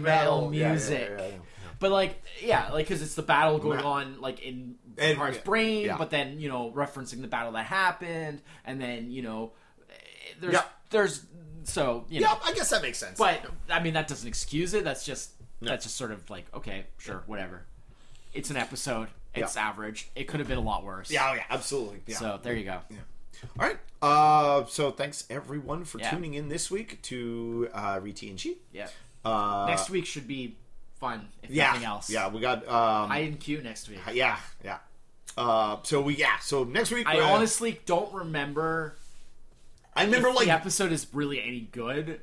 Speaker 1: metal. Yeah, yeah, yeah,
Speaker 2: music.
Speaker 1: yeah, yeah.
Speaker 2: But like, yeah, like because it's the battle going
Speaker 1: Ma-
Speaker 2: on like in
Speaker 1: And-
Speaker 2: Picard's brain,
Speaker 1: yeah.
Speaker 2: but then you know referencing the battle that happened, and then you know eh, there's
Speaker 1: Yeah.
Speaker 2: there's so you know
Speaker 1: yeah, I guess that makes sense.
Speaker 2: but I mean, that doesn't excuse it. That's just that's just sort of like okay, sure, whatever. It's an episode. It's average. It could have been a lot worse.
Speaker 1: yeah, oh, yeah, absolutely. Yeah.
Speaker 2: So there you go.
Speaker 1: All right. Uh, so thanks everyone for
Speaker 2: Yeah.
Speaker 1: tuning in this week to uh, RTNG.
Speaker 2: Yeah.
Speaker 1: Uh,
Speaker 2: next week should be fun. If
Speaker 1: yeah,
Speaker 2: nothing else.
Speaker 1: yeah, we got um,
Speaker 2: I and Q next week. I,
Speaker 1: yeah, yeah. Uh, so we yeah. So next week, uh,
Speaker 2: honestly don't remember.
Speaker 1: I remember like
Speaker 2: the episode is really any good.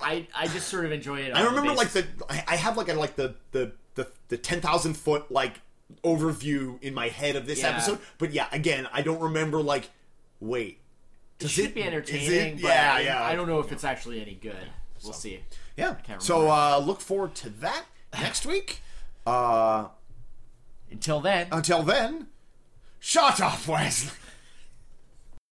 Speaker 2: I I just sort of enjoy it.
Speaker 1: I remember like the I I have like a like the the the, the ten thousand foot like overview in my head of this
Speaker 2: Yeah.
Speaker 1: episode. But yeah, again, I don't remember like wait.
Speaker 2: it
Speaker 1: does
Speaker 2: should
Speaker 1: it-
Speaker 2: be
Speaker 1: is it-
Speaker 2: entertaining. But
Speaker 1: yeah,
Speaker 2: I,
Speaker 1: yeah.
Speaker 2: I don't know if it's actually any good. We'll see.
Speaker 1: Yeah.
Speaker 2: can't
Speaker 1: So uh, look forward to that next week. Uh,
Speaker 2: Until then.
Speaker 1: until then, shut up, Wesley.